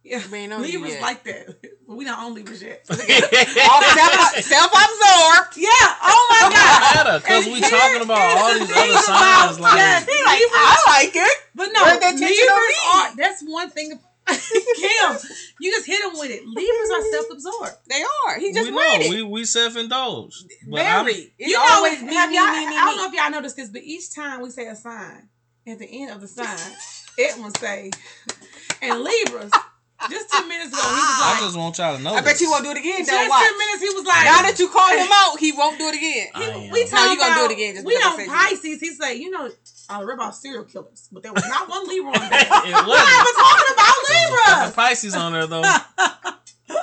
S3: Yeah,
S2: Being on you
S3: Libras
S2: yet.
S3: like that, but we not on Libras yet.
S2: All self self absorbed.
S3: yeah. Oh my god.
S1: Because
S3: And
S1: we
S3: here
S1: talking about
S3: is
S1: all
S3: the
S1: these
S3: thing
S1: other signs
S3: about-
S1: like
S3: yes, Libras-
S2: like it.
S3: But no,
S2: Where'd that teacher go
S3: Libras
S2: read?
S3: are. That's one thing. Kim, you just hit him with it. Libras are self-absorbed.
S2: They are. He just
S1: we
S2: read
S1: know
S2: it.
S1: we we self indulged.
S2: Very. It's
S3: you know,
S2: always me,
S3: have
S2: me,
S3: y'all,
S2: me, me,
S3: I don't
S2: me.
S3: know if y'all noticed this, but each time we say a sign, at the end of the sign, it will say, and Libras. Just ten minutes ago, he was like,
S1: I just want y'all to know.
S2: I bet
S1: this.
S2: you won't do it again.
S3: Just
S2: Don't watch.
S3: ten minutes, he was like,
S2: Now that you call him out, he won't do it again.
S1: I am.
S3: we
S2: No,
S3: talking
S2: you gonna do
S3: about,
S2: it again just
S3: we
S2: because I
S3: on
S2: said you-
S3: Pisces. He's like, you know, uh, rip off serial killers, but there was not one Libra on there.
S1: it
S3: We're not
S1: wasn't.
S3: even talking about
S1: There's a fucking
S3: Libras.
S1: Pisces on there though.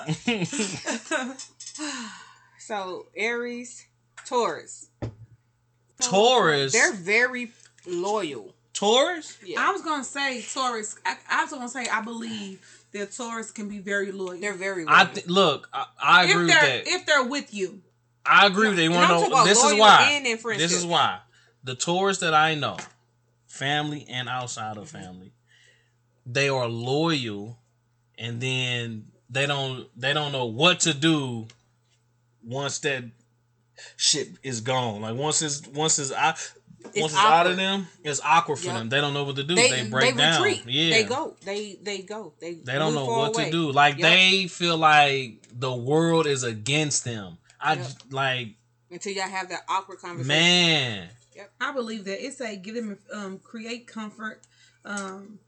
S2: So Aries, Taurus,
S1: Taurus.
S2: they're very loyal.
S1: Taurus.
S2: Yeah,
S3: I was gonna say Taurus. I, I was gonna say I believe that Taurus can be very loyal.
S2: they're very loyal.
S1: I th- look. I, I
S3: if
S1: agree with
S3: they're
S1: that.
S3: if they're with you,
S1: I agree with that. You want to know? This is why.
S2: And in friendship.
S1: This is why. The Taurus that I know, family and outside of family, they are loyal, and then they don't they don't know what to do once that shit is gone. Like once it's once it's out once it's out
S2: awkward.
S1: of them, it's awkward for
S2: Yup.
S1: them. They don't know what to do.
S2: They,
S1: They, break
S2: they
S1: down.
S2: Retreat.
S1: Yeah,
S2: They go. They they go. They
S1: They don't
S2: move
S1: know
S2: far
S1: what
S2: away.
S1: to do. Like
S2: Yup.
S1: they feel like the world is against them. I
S2: Yup.
S1: j- like
S2: until y'all have that awkward conversation.
S1: man.
S3: I believe that it's a give them um, create comfort, um,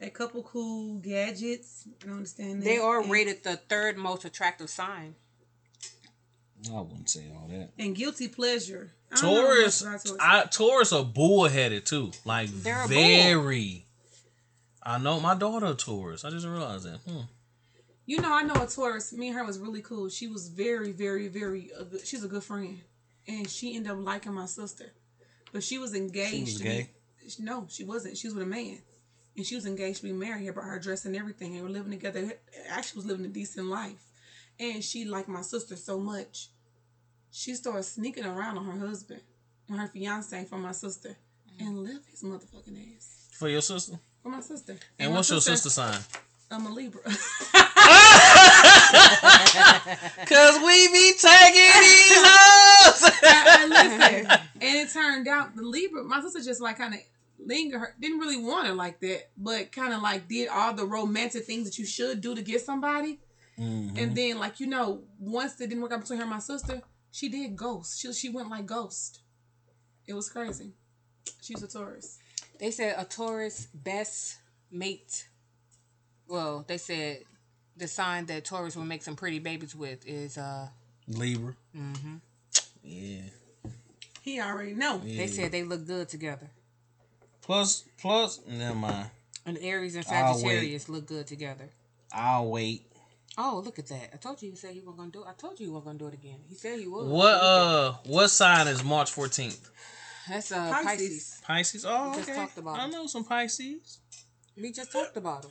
S3: a couple cool gadgets. I don't understand that.
S2: They are
S3: And-
S2: rated the third most attractive sign.
S1: I wouldn't say all that.
S3: and guilty pleasure. I don't know much
S1: Taurus,
S3: about Taurus.
S1: I, Taurus are bullheaded too. Like
S2: They're a bull.
S1: very. I know my daughter a Taurus. I just realized that. Hmm.
S3: You know, I know a Taurus. Me and her was really cool. She was very, very, very. A good, she's a good friend, and she ended up liking my sister, but she was engaged. to
S1: gay?
S3: Be, she- no, she wasn't. She was with a man, and she was engaged to be married. He bought her dress and everything. They were living together. Actually, was living a decent life, and she liked my sister so much, she started sneaking around on her husband and her fiance for my sister, and left his motherfucking ass
S1: For your sister.
S3: for my sister.
S1: And,
S3: my
S1: what's your sister sign?
S3: I'm a Libra.
S1: Cause we be tagging these hoes.
S3: and listen, and it turned out the Libra, my sister just like kind of lingered, her, didn't really want her like that, but kind of like did all the romantic things that you should do to get somebody.
S1: Mm-hmm.
S3: And then, like, you know, once it didn't work out between her and my sister, she did ghost. She, she went like ghost. It was crazy. She's a Taurus.
S2: They said a Taurus best mate Well, they said the sign that Taurus will make some pretty babies with is uh.
S1: Libra.
S2: hmm
S1: Yeah.
S3: He already know.
S1: yeah.
S2: They said they look good together,
S1: plus plus. Never mind.
S2: and Aries and
S1: I'll wait.
S2: Sagittarius look good together.
S1: I'll wait.
S2: Oh, look at that! I told you he said he was gonna do. I told you he was gonna do it again. He said he would.
S1: What uh? What sign is March fourteenth?
S2: That's uh Pisces.
S3: Pisces.
S1: Pisces. Oh,
S2: We just
S1: okay.
S2: talked about
S1: I
S2: it.
S1: know some Pisces.
S2: We just talked about him.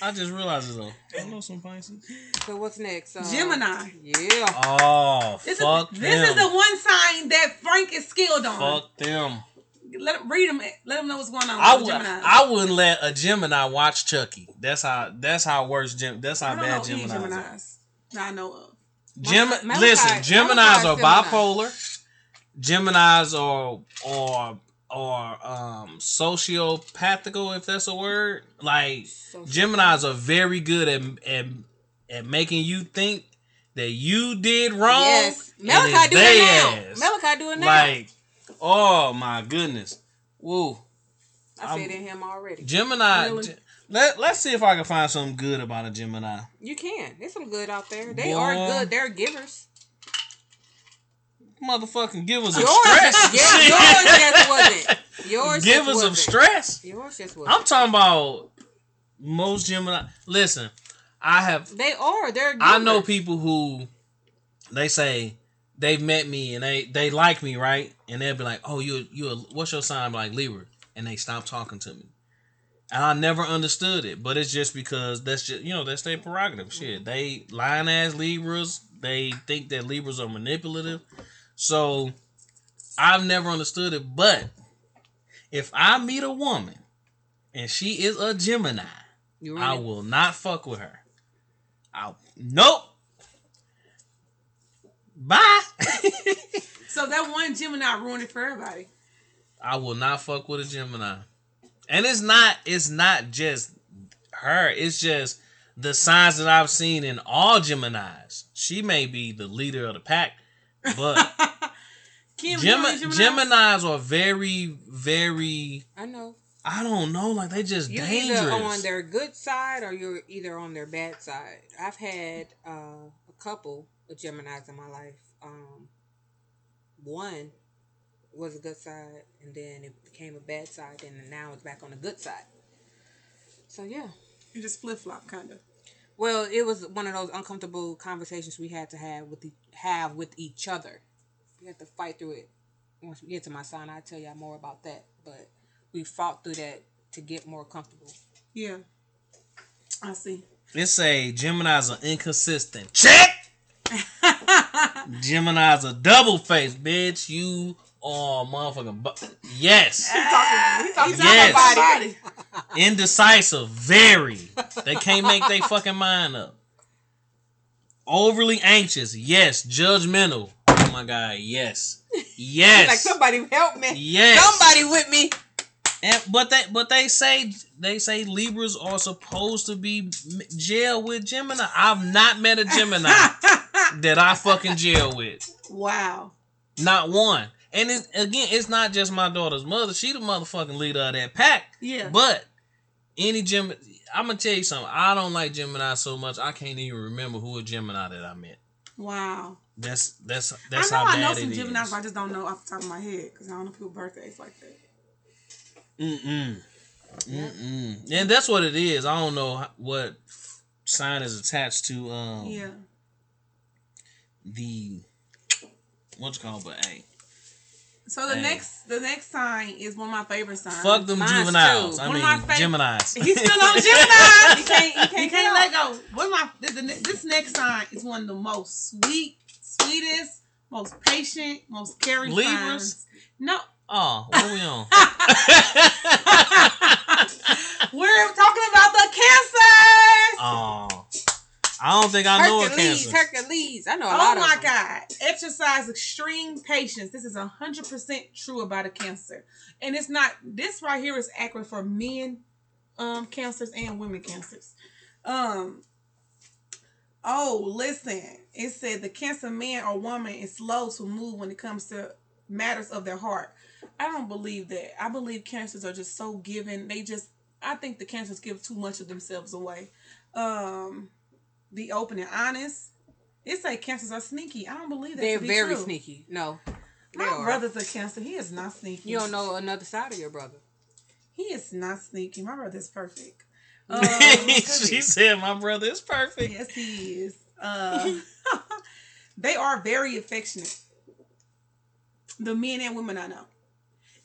S1: I just realized it though. I know some Pisces.
S2: So what's next? Uh,
S3: Gemini.
S2: Yeah.
S1: Oh,
S3: This
S1: fuck
S3: is
S1: them.
S3: this is the one sign that Frank is skilled on.
S1: Fuck them.
S3: Let him read him. Let him know what's going on.
S1: I
S3: with
S1: would.
S3: Gemini.
S1: I wouldn't let a Gemini watch Chucky. That's how. That's how worse. Gem. That's how
S3: I don't
S1: bad
S3: know any
S1: Gemini's. Gemini.
S3: Gemini's. that I know of.
S1: Gem.
S2: Malachi- Malachi-
S1: listen, Gemini's
S2: Malachi
S1: are
S2: is Gemini.
S1: bipolar. Gemini's are are are um sociopathical, if that's a word. Like
S2: So-
S1: Gemini's are very good at at, at making you think that you did wrong.
S2: Yes.
S1: and
S2: Malachi
S1: it's
S2: do
S1: they
S2: it
S1: ass.
S2: now. Malachi do it now.
S1: Like, oh my goodness. Woo.
S2: I
S1: I'm-
S2: said in him already.
S1: Gemini.
S2: Really?
S1: Ge- let Let's see if I can find something good about a Gemini.
S2: You can. There's some good out there. They
S1: Boy.
S2: are good. They're givers.
S1: Motherfucking give us some
S2: Yours,
S1: stress.
S2: just, yeah,
S1: Shit.
S2: yours just wasn't. Yours
S1: give
S2: just
S1: us some
S2: wasn't.
S1: stress.
S2: Yours just wasn't.
S1: I'm talking about most Gemini. Listen, I have.
S2: they are. They're. Givers.
S1: I know people who they say they've met me and they they like me, right? And they'll be like, "Oh, you you a- what's your sign?" I'm like Libra, and they stop talking to me. And I never understood it, but it's just because that's just you know that's their prerogative. Shit, they lying ass Libras. They think that Libras are manipulative, so I've never understood it. But if I meet a woman and she is a Gemini,
S2: You
S1: I
S2: really-
S1: will not fuck with her. I nope. Bye.
S3: So that one Gemini ruined it for everybody.
S1: I will not fuck with a Gemini. And it's not it's not just her. It's just the signs that I've seen in all Geminis. She may be the leader of the pack, but
S3: Kim, you know
S1: Gemi-
S3: any Geminis?
S1: Geminis are very, very
S2: I know.
S1: I don't know, like they just
S2: You're
S1: dangerous.
S2: either on their good side or you're either on their bad side. I've had uh, a couple of Geminis in my life. Um, one was a good side, and then it became a bad side, and now it's back on the good side. So yeah.
S3: You just flip flop, kind of.
S2: Well, it was one of those uncomfortable conversations we had to have with the, have with each other. We had to fight through it. Once we get to my sign, I'll tell y'all more about that. But we fought through that to get more comfortable.
S3: Yeah. I see.
S1: It say Gemini's are inconsistent. Check. Gemini's a double face, bitch. You are motherfucking bu- yes,
S3: Talking, he talking
S1: Yes.
S3: about somebody.
S1: indecisive, very. They can't make their fucking mind up. Overly anxious, yes. Judgmental. Oh my god, yes, yes,
S2: Like somebody help me.
S1: yes.
S2: Somebody with me.
S1: And, but they but they say they say Libras are supposed to be m- jail with Gemini. I've not met a Gemini that I fucking jail with.
S3: Wow.
S1: Not one. And it's, again, it's not just my daughter's mother. She the motherfucking leader of that pack.
S3: Yeah.
S1: But any Gemini, I'm gonna tell you something. I don't like Gemini so much. I can't even remember who a Gemini that I met.
S3: wow.
S1: That's that's that's
S3: I know
S1: how
S3: I
S1: bad
S3: know some
S1: it is.
S3: Geminis, but I just don't know off the top of my head because I don't know people's birthdays like that.
S1: Mm-mm. Mm-mm. And that's what it is. I don't know h- what sign is attached to um
S3: Yeah.
S1: the what's it called, but hey.
S3: So the
S1: Dang.
S3: next the next sign is one of my favorite signs.
S1: Fuck them
S2: mine's too.
S1: juveniles. I
S3: One
S1: mean
S3: of my fav-
S1: Geminis.
S3: He's still on Gemini.
S2: You can't, you can't,
S3: You can't let go. One of my the, the, ne- this next sign is one of the most sweet, sweetest, most patient, most caring
S1: Libras?
S3: signs. No,
S1: Oh, what are we on?
S3: we're talking about the cancers.
S1: oh, I don't think I know a
S2: Hercules,
S1: cancer.
S2: Hercules. I know a
S3: oh
S2: lot of
S3: my
S2: them.
S3: God! Exercise extreme patience. This is hundred percent true about a cancer, and it's not. This right here is accurate for men, um, cancers and women cancers. Um. Oh, listen. It said the cancer man or woman is slow to move when it comes to matters of their heart. I don't believe that. I believe cancers are just so giving. They just I think the cancers give too much of themselves away. Um, be open and honest. It's like cancers are sneaky. I don't believe that.
S2: They're
S3: to be
S2: very
S3: true.
S2: sneaky. No, they
S3: My
S2: are.
S3: brother's a cancer. He is not sneaky.
S2: You don't know another side of your brother.
S3: He is not sneaky. My brother's perfect. Um,
S1: she said, "My brother is perfect."
S3: yes, he is. Uh, they are very affectionate. The men and women I know.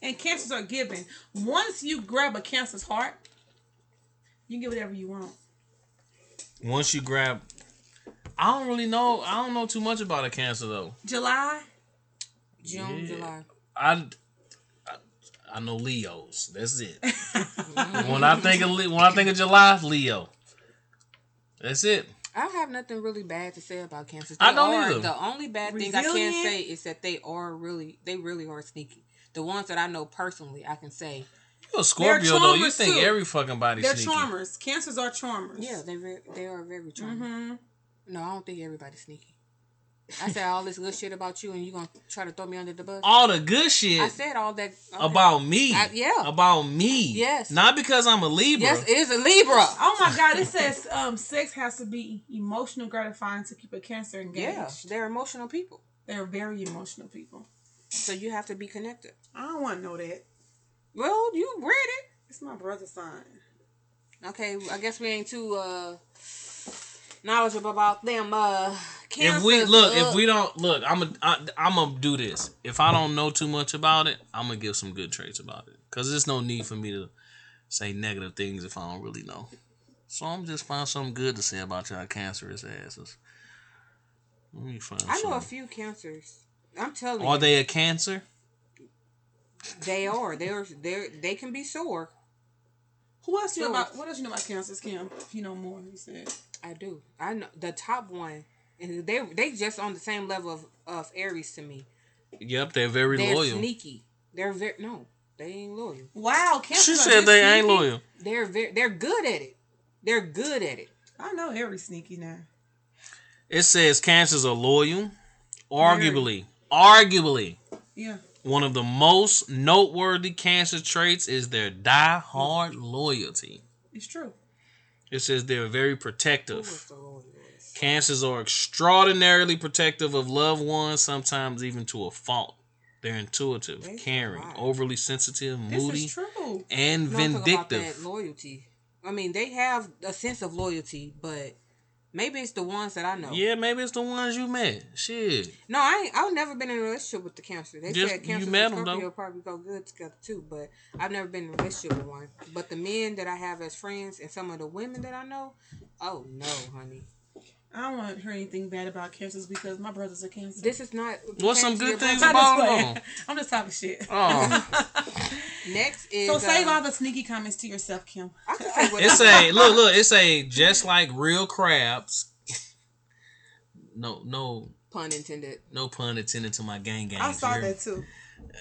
S3: And cancers are given. Once you grab a cancer's heart, you can get whatever you want.
S1: Once you grab, I don't really know. I don't know too much about a cancer though.
S3: July,
S2: June,
S1: Yeah.
S2: July.
S1: I, I, I know Leos. That's it. when I think of Le- when I think of July, Leo. That's it.
S2: I don't have nothing really bad to say about cancers.
S1: I don't
S2: are,
S1: either.
S2: The only bad thing I can
S3: Resilient.
S2: say is that they are really, they really are sneaky. The ones that I know personally, I can say,
S1: You a Scorpio though? You
S3: charmers,
S1: think
S3: too.
S1: every fucking body's
S3: they're
S1: sneaky?
S3: charmers. Cancers are charmers.
S2: yeah, they re- they are very charming.
S3: Mm-hmm.
S2: No, I don't think everybody's sneaky. I said all this good shit about you, and you gonna try to throw me under the bus.
S1: All the good shit
S2: I said all that all that-
S1: about me.
S2: I- yeah.
S1: About me.
S2: Yes.
S1: Not because I'm a Libra.
S2: Yes, it is a Libra.
S3: Oh my God! It says um, sex has to be emotional gratifying to keep a cancer engaged.
S2: Yeah, they're emotional people,
S3: They're very emotional people.
S2: so you have to be connected.
S3: I don't want to know that.
S2: Well, you read it.
S3: It's my brother's sign.
S2: Okay, I guess we ain't too uh knowledgeable about them uh cancers.
S1: if we look,
S2: Uh,
S1: if we don't look, I'm a, I, I'm gonna do this. If I don't know too much about it, I'm gonna give some good traits about it. Cause there's no need for me to say negative things if I don't really know. So I'm just find something good to say about y'all cancerous asses. Let me find.
S2: I know a
S1: something.
S2: few cancers. I'm telling
S1: Are
S2: you,
S1: they a cancer?
S2: they are. They're they they can be sore.
S3: Who else you know
S2: Sure.
S3: about? What else you know about cancers, Kim? If you know more, you said.
S2: I do. I know the top one, and they they just on the same level of, of Aries to me.
S1: Yep, they're very
S2: They're
S1: loyal.
S2: sneaky. They're very no. They ain't loyal.
S3: Wow, cancers.
S1: She
S3: are
S1: said
S3: this
S1: they ain't
S3: sneaky?
S1: loyal.
S2: They're very. They're good at it. They're good at it.
S3: I know every sneaky now.
S1: It says cancers are loyal,
S3: Very.
S1: arguably, arguably.
S3: Yeah.
S1: One of the most noteworthy cancer traits is their die-hard loyalty.
S3: It's true.
S1: It says they're very
S2: Who was
S1: protective.
S2: the loyalist?
S1: Cancers are extraordinarily protective of loved ones, sometimes even to a fault. They're intuitive,
S2: They
S1: caring,
S2: are.
S1: overly sensitive,
S3: This
S1: moody,
S3: is true.
S1: and
S2: No, I'm talking about that
S1: vindictive.
S2: loyalty. I mean, they have a sense of loyalty, but maybe it's the ones that I know.
S1: Yeah, maybe it's the ones you met. Shit.
S2: No, I ain't, I've never been in a relationship with the cancer. They
S1: Just-
S2: said
S1: you
S2: cancer
S1: met
S2: and
S1: 'em, though.
S2: Scorpio probably go good together too, but I've never been in a relationship with one. But the men that I have as friends and some of the women that I know, oh no, honey,
S3: I don't want to hear anything bad about cancers because my brother's a cancer.
S2: this is not.
S1: What's some
S2: cancer
S1: good
S2: your
S1: things
S2: brother.
S3: I'm just
S1: Bottom
S3: playing.
S1: line.
S3: I'm just talking shit.
S1: Oh.
S2: Next is
S3: so save
S2: uh,
S3: all the sneaky comments to yourself, Kim.
S2: I can say what
S1: It's
S2: I-
S1: a look, look. It's a just like real crabs. No, no,
S2: pun intended.
S1: no pun intended to my gang gang.
S3: I saw
S1: you hear
S3: that too.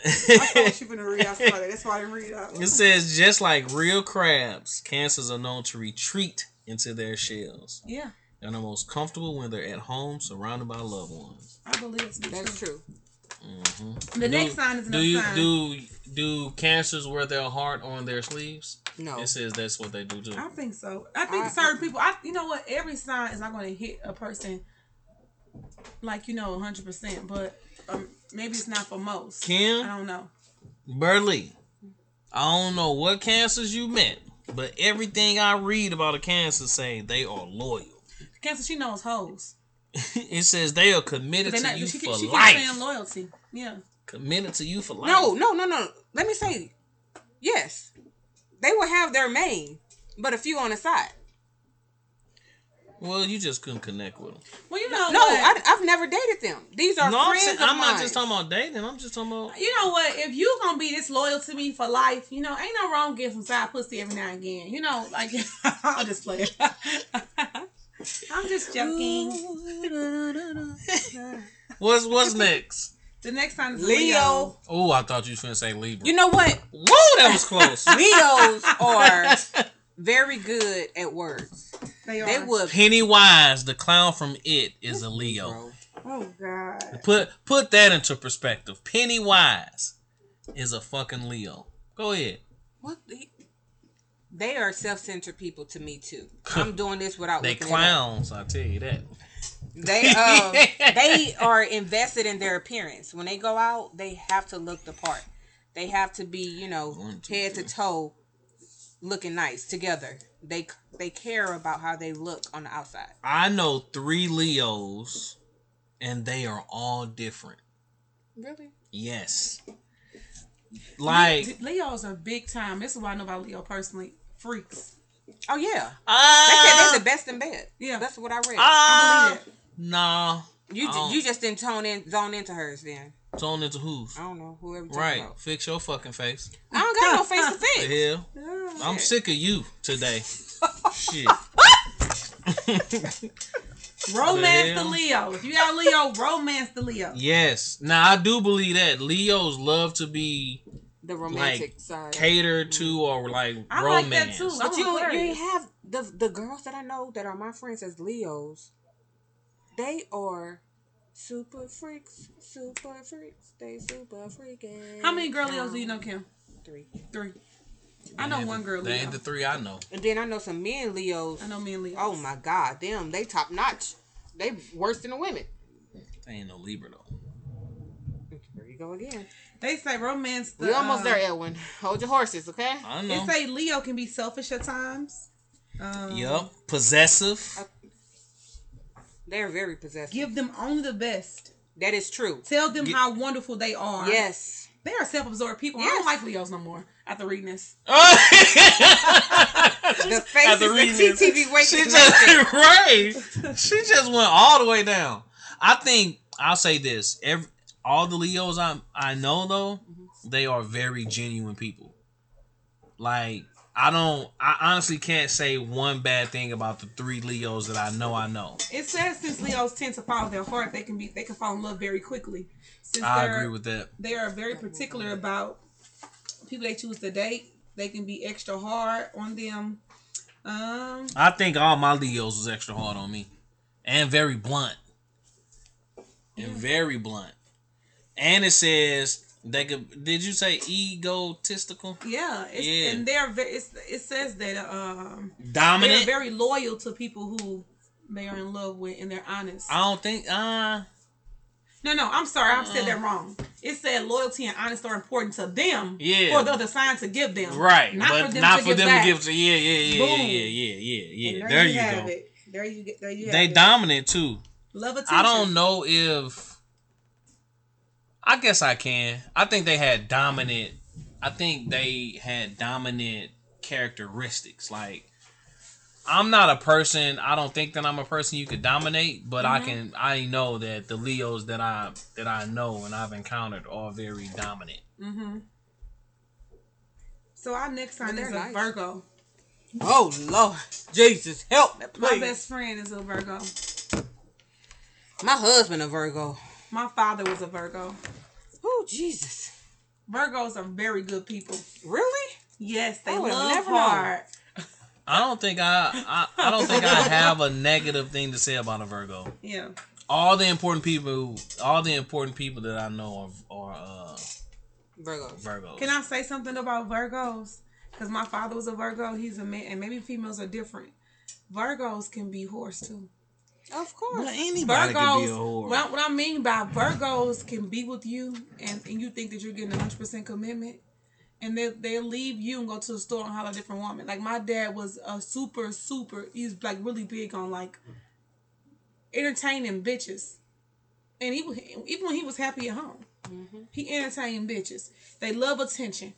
S3: I saw
S1: me?
S3: what you were gonna read. I saw that. That's why I didn't read out.
S1: it says just like real crabs, cancers are known to retreat into their shells.
S3: Yeah,
S1: They're the most comfortable when they're at home, surrounded by loved ones.
S3: I believe it's true.
S2: That's true.
S1: hmm
S3: The next sign is
S1: do
S3: another
S1: you
S3: sign.
S1: do do cancers wear their heart on their sleeves?
S2: No,
S1: It says that's what they do too.
S3: I think so. I think
S2: I-
S3: certain people. I you know what? Every sign is not going to hit a person like you know hundred percent, but um, maybe it's not for most. I
S1: Kim
S3: don't know.
S1: Burley, I don't know what cancers you met, but everything I read about a cancer say they are loyal.
S3: Cancer, she knows hoes. it
S1: it says they are committed
S3: They're
S1: to
S3: not,
S1: you
S3: she,
S1: for
S3: keep- she keeps
S1: life.
S3: saying loyalty. Yeah,
S1: committed to you for life.
S2: no, no, no, no. Let me say, yes, they will have their main, but a few on the side.
S1: Well, you just couldn't connect with them.
S3: well you know
S2: No,
S3: what?
S2: I, I've never dated them. These are
S1: No, I'm,
S2: friends
S1: saying-
S2: of
S1: I'm
S2: mine.
S1: not just talking about dating. I'm just talking about.
S3: you know what? If you gonna be this loyal to me for life, you know, ain't no wrong getting some side pussy every now and again. You know, like I'll just play it. I'm just joking.
S1: What's what's next?
S3: The next sign is
S2: Leo.
S1: Oh, I thought you was gonna say Libra.
S2: You know what?
S1: Woo, that was close.
S2: Leos are very good at words.
S3: They are.
S2: They would.
S1: Pennywise, the clown from It, is a Leo.
S2: Bro.
S3: Oh God.
S1: Put put that into perspective. Pennywise is a fucking Leo. Go ahead.
S2: What? The, They are self-centered people to me too. I'm doing this without
S1: They
S2: looking at
S1: clowns, I tell you that.
S2: They um, they are invested in their appearance. When they go out, they have to look the part. They have to be, you know,
S1: One, two,
S2: head to toe looking nice together. They they care about how they look on the outside.
S1: I know three Leos, and they are all different.
S2: Really?
S1: Yes, like
S3: Leos are big time. This is why I know about Leo personally. Freaks.
S2: Oh yeah. They said
S1: ah,
S2: they're the best in bed.
S3: Yeah.
S2: That's what I read.
S1: ah,
S2: Uh,
S3: I believe it.
S1: nah.
S2: you
S1: I
S2: ju-
S1: don't-
S2: you just didn't tone in zone into hers then.
S1: Tone into who's
S2: I don't know whoever. you talking
S1: right.
S2: About.
S1: Fix your fucking face.
S2: I don't got no face to
S1: The
S2: think.
S1: hell,
S3: Yeah.
S1: I'm sick of you today. Shit.
S3: Romance
S1: Hell.
S3: the Leo. If you got Leo, romance the Leo.
S1: yes. Now I do believe that Leos love to be
S2: The romantic side.
S1: catered to or like
S3: Mm-hmm. I like that
S1: romance.
S3: too.
S2: But
S3: I'm
S2: you, you
S3: Aquarius.
S2: ain't have the the girls that I know that are my friends as Leos. They are super freaks, super freaks. They super freaking.
S3: How many girl Leos do you know, Kim?
S2: Three.
S3: Three. I know
S1: They ain't
S3: one
S1: the-
S3: girl
S1: They
S3: Leo.
S1: ain't the three I know.
S2: And then I know some men Leos.
S3: I know me and Leo.
S2: Oh my god, them they top notch. They worse than the women.
S1: They ain't no Libra though.
S2: There you go again.
S3: They say romance. The,
S2: we almost
S3: uh,
S2: there, Edwin. Hold your horses, okay?
S1: I
S3: They
S1: know.
S3: say Leo can be selfish at times. Um,
S1: Yup. Possessive.
S2: They're very possessive.
S3: Give them only the best.
S2: that is true.
S3: Tell them
S1: Gi-
S3: how wonderful they are.
S2: Yes.
S3: They are self-absorbed people. I
S2: Yes.
S3: don't like Leos no more after reading this.
S2: The
S1: the
S2: faces that TTV wakes
S1: she
S2: up
S1: just right. She just went all the way down. I think I'll say this: every all the Leos I I know though, they are very genuine people. Like I don't, I honestly can't say one bad thing about the three Leos that I know. I know.
S3: It says since Leos tend to follow their heart, they can be they can fall in love very quickly. Since
S1: I
S3: they're-
S1: agree with that.
S3: they are very particular about people they choose to date. They can be extra hard on them. Um,
S1: I think all my Leos was extra hard on me, and very blunt, and very blunt. And it says they could. Did you say egotistical,
S3: yeah, it's,
S1: Yeah.
S3: and they're very. It's, it says that um, they're
S1: dominant?
S3: very loyal to people who they are in love with, and they're honest.
S1: I don't think. Uh,
S3: no, no, I'm sorry, I said
S1: Uh-uh.
S3: that wrong. It said loyalty and honesty are important to them.
S1: Yeah.
S3: for the other sign to give them.
S1: right,
S3: Not
S1: but
S3: for them,
S1: not
S3: to,
S1: for
S3: give
S1: them
S3: back.
S1: to give to. Yeah, yeah, yeah, yeah,
S3: Boom.
S1: yeah, yeah, yeah, yeah.
S3: And
S1: There you, go.
S3: It. There you get. There you have
S1: They
S3: it.
S1: dominant too.
S3: Love attention.
S1: I don't know if. I guess I can. I think they had dominant. I think they had dominant characteristics. Like, I'm not a person. I don't think that I'm a person you could dominate, but
S3: Mm-hmm.
S1: I can. I know that the Leos that I that I know and I've encountered are very dominant.
S3: Mm-hmm. So our next
S2: But
S3: sign
S2: they're
S3: is a
S2: nice.
S3: Virgo.
S2: Oh Lord, Jesus, help me,
S3: My
S2: please.
S3: best friend is a Virgo.
S2: My husband a Virgo.
S3: My father was a Virgo.
S2: Oh Jesus,
S3: Virgos are very good people.
S2: really?
S3: Yes, they
S2: I would
S3: love
S2: never
S3: hard.
S1: I don't think I, I. I don't think I have a negative thing to say about a Virgo.
S3: Yeah.
S1: All the important people, all the important people that I know are, are uh,
S2: Virgo.
S1: Virgos.
S3: Can I say something about Virgos? Because my father was a Virgo. He's a man, and maybe females are different. Virgos can be horse too.
S2: Of course.
S1: anybody could be a
S3: Virgos.
S1: whore.
S3: What I, what I mean by Virgos can be with you, and, and you think that you're getting 100 percent commitment, and they they leave you and go to the store and holler at a different woman. Like my dad was a super super. He's like really big on like entertaining bitches, and he wa- even when he was happy at home,
S2: Mm-hmm.
S3: he entertained bitches. They love attention.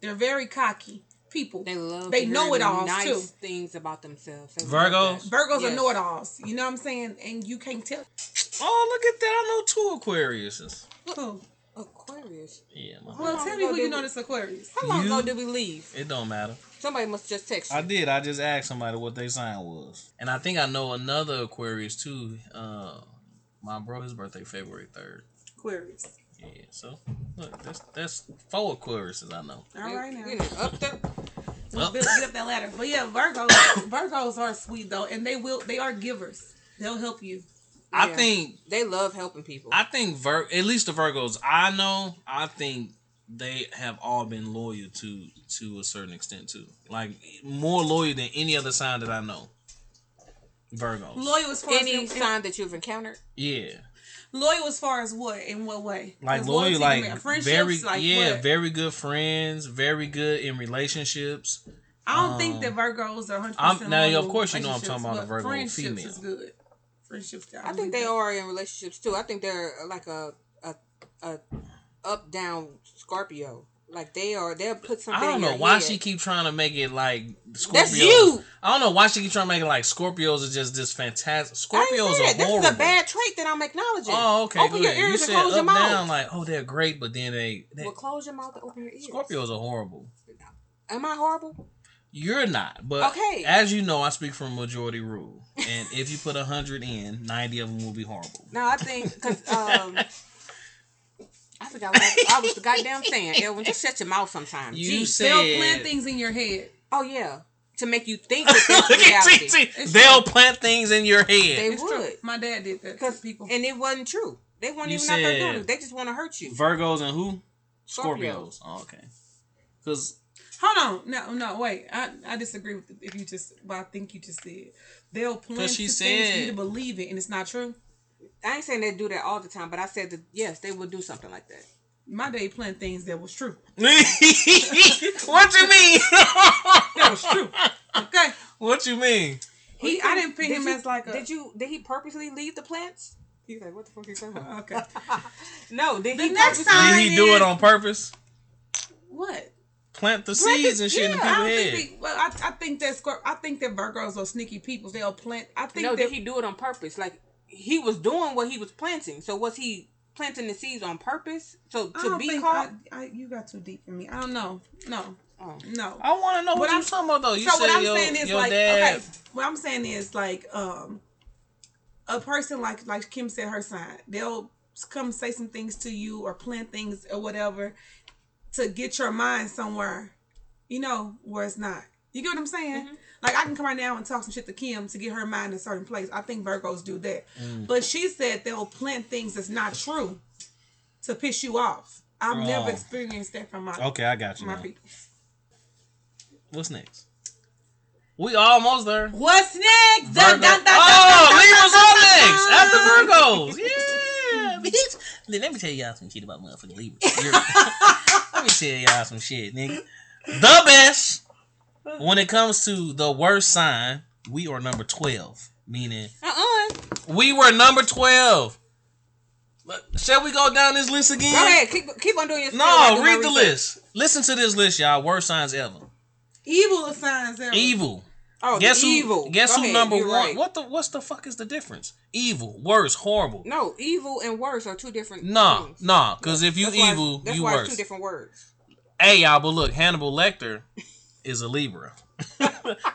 S3: They're very cocky people.
S2: They love.
S3: They
S2: to
S3: know
S2: hear
S3: it all,
S2: nice
S3: too.
S2: Things about themselves. They
S1: Virgos?
S2: love that.
S3: Virgos
S2: Yes.
S3: are know-it-alls. You know what I'm saying? And you can't tell.
S1: Oh, look at that! I know two Aquariuses.
S3: Who?
S2: Aquarius.
S1: Yeah,
S3: Well,
S2: How
S3: tell
S2: long
S3: me
S2: ago
S3: who you
S2: did
S3: know
S2: we-
S3: that's Aquarius.
S2: How long ago
S1: You-
S2: did we leave?
S1: it don't matter.
S2: Somebody must just text you.
S1: I did. I just asked somebody what their sign was, and I think I know another Aquarius too. Uh, my brother's birthday February third.
S3: Aquarius.
S1: Yeah, so look, that's that's four Aquariuses I know.
S3: All right now.
S2: You know, up there.
S3: Let's
S1: Up.
S3: build-
S2: Oh.
S3: get up that ladder. But yeah, Virgos Virgos are sweet though, and they will they are givers. They'll help you.
S1: I
S2: Yeah.
S1: think
S2: They love helping people.
S1: I think Vir- at least the Virgos I know. I think they have all been loyal to to a certain extent too. Like more loyal than any other sign that I know. Virgos.
S3: Loyal as far
S2: Any
S3: as in-
S2: sign that you've encountered?
S1: yeah.
S3: loyal as far as what in what way?
S1: Like
S3: 'Cause
S1: loyal,
S3: loyalty
S1: like
S3: can be- friendships,
S1: very
S3: like
S1: yeah,
S3: what?
S1: very good friends, very good in relationships.
S3: I don't
S1: um,
S3: think that Virgos are hundred
S1: I'm-
S3: percent.
S1: now, of course you know I'm talking about a Virgo
S3: friendships
S1: female.
S3: Is good. Friendships.
S2: I think they are in relationships too. I think they're uh, like a a, a up down Scorpio. Like they are, they'll put something.
S1: I don't
S2: in
S1: know
S2: your
S1: why
S2: head.
S1: she keep trying to make it like Scorpios.
S2: That's you.
S1: I don't know why she keep trying to make it like Scorpios are just this fantastic.
S2: I ain't
S1: Scorpios
S2: saying
S1: are
S2: that. This
S1: horrible.
S2: is a bad trait that I'm acknowledging.
S1: Oh, okay.
S2: Open
S1: good.
S2: your ears
S1: you
S2: and
S1: said
S2: close your
S1: up,
S2: mouth.
S1: down, like, oh, they're great, but then they, they
S2: Well, close your mouth and open your ears.
S1: Scorpios are horrible.
S2: Am I horrible?
S1: You're not, but
S2: Okay.
S1: as you know, I speak from majority rule, and if you put hundred in, ninety of them will be horrible.
S2: No, I think because um, I forgot what I, I was the goddamn saying. Elwin, just shut your mouth sometimes.
S1: You
S2: Jeez.
S1: said
S3: They'll plant things in your head.
S2: Oh yeah, to make you think that that's
S1: Look at
S2: reality.
S1: TT. They'll plant things in your
S2: They
S1: head.
S3: It's true.
S2: would
S3: My dad did that to
S2: because
S3: people.
S2: and it wasn't true. They weren't
S1: You
S2: even out there doing
S1: said-
S2: it. They just want to hurt you.
S1: Virgos and who?
S2: Scorpios.
S1: Scorpios. Oh, okay. Because
S3: Hold on, no, no, wait. I, I disagree with if you just. Well, I think you just said they'll plant
S1: she
S3: to things for you
S1: said-
S3: to believe it, and it's not true.
S2: I ain't saying they do that all the time, but I said that yes, they would do something like that.
S3: My dad planned things that was true.
S1: what you mean?
S3: That was true. Okay,
S1: what you mean?
S3: he. I didn't pick
S2: Did
S3: him
S2: you-
S3: as like a.
S2: Did you? Did he purposely leave the plants? He's like, what the fuck are you talking about?
S3: Okay.
S2: No, did
S3: The
S2: he
S3: next
S2: purposely-
S3: time-
S1: Did he do
S3: is-
S1: it on purpose?
S3: What?
S1: Plant the seeds and shit in
S3: Yeah,
S1: people's
S3: I don't
S1: head.
S3: think they, well, I, I think that Scorp- I think that Virgos are sneaky people. They'll plant. I think
S2: No,
S3: that
S2: did he do it on purpose? Like he was doing what he was planting. So was he planting the seeds on purpose? So
S3: I
S2: to
S3: don't
S2: be
S3: think
S2: caught.
S3: I, I, you got too deep for me. I don't know. No,
S2: Oh.
S3: no.
S1: I want to know what
S3: What
S1: you're
S3: I'm-
S1: talking about though. You
S3: so
S1: said
S3: what I'm
S1: your,
S3: saying is
S1: your
S3: like,
S1: dad.
S3: okay. What I'm saying is like, um, a person like like Kim said, her side, they'll come say some things to you or plant things or whatever to get your mind somewhere, you know, where it's not. You get what I'm saying? Like I can come right now and talk some shit to Kim to get her mind in a certain place. I think Virgos do that,
S1: Mm.
S3: but she said they'll plant things that's not true to piss you off. I've
S1: Oh.
S3: never experienced that from my
S1: Okay, I got you.
S3: my
S1: now.
S3: people.
S1: What's next? We almost there.
S3: What's next?
S1: Virgo-
S3: Dun, dun, dun, dun,
S1: oh,
S3: dun,
S1: leave
S3: dun,
S1: us
S3: dun,
S1: on
S3: dun,
S1: next
S3: dun.
S1: after Virgos. Yeah, bitch. Then let me tell y'all some shit about motherfucking Libras. You're- let me tell y'all some shit, nigga. The best when it comes to the worst sign, we are number twelve. Meaning
S2: Uh-uh.
S1: we were number twelve. But Shall we go down this list again?
S2: Go ahead. Keep keep on doing your.
S1: No,
S2: I do my
S1: read the
S2: research.
S1: list. Listen to this list, y'all. Worst signs ever.
S3: Evil signs. Ever.
S1: Evil.
S2: Oh,
S1: Guess
S2: the
S1: who?
S2: evil.
S1: Guess
S2: Go
S1: who?
S2: ahead,
S1: Number
S2: you're
S1: one.
S2: right.
S1: What the? What's the fuck is the difference? Evil, worse, horrible.
S2: No, evil and worse are two different.
S1: Nah,
S2: things.
S1: nah. Because if you
S2: That's why-
S1: evil,
S2: that's
S1: you
S2: why it's
S1: worse.
S2: two different words.
S1: Hey, y'all, but look, Hannibal Lecter is a Libra.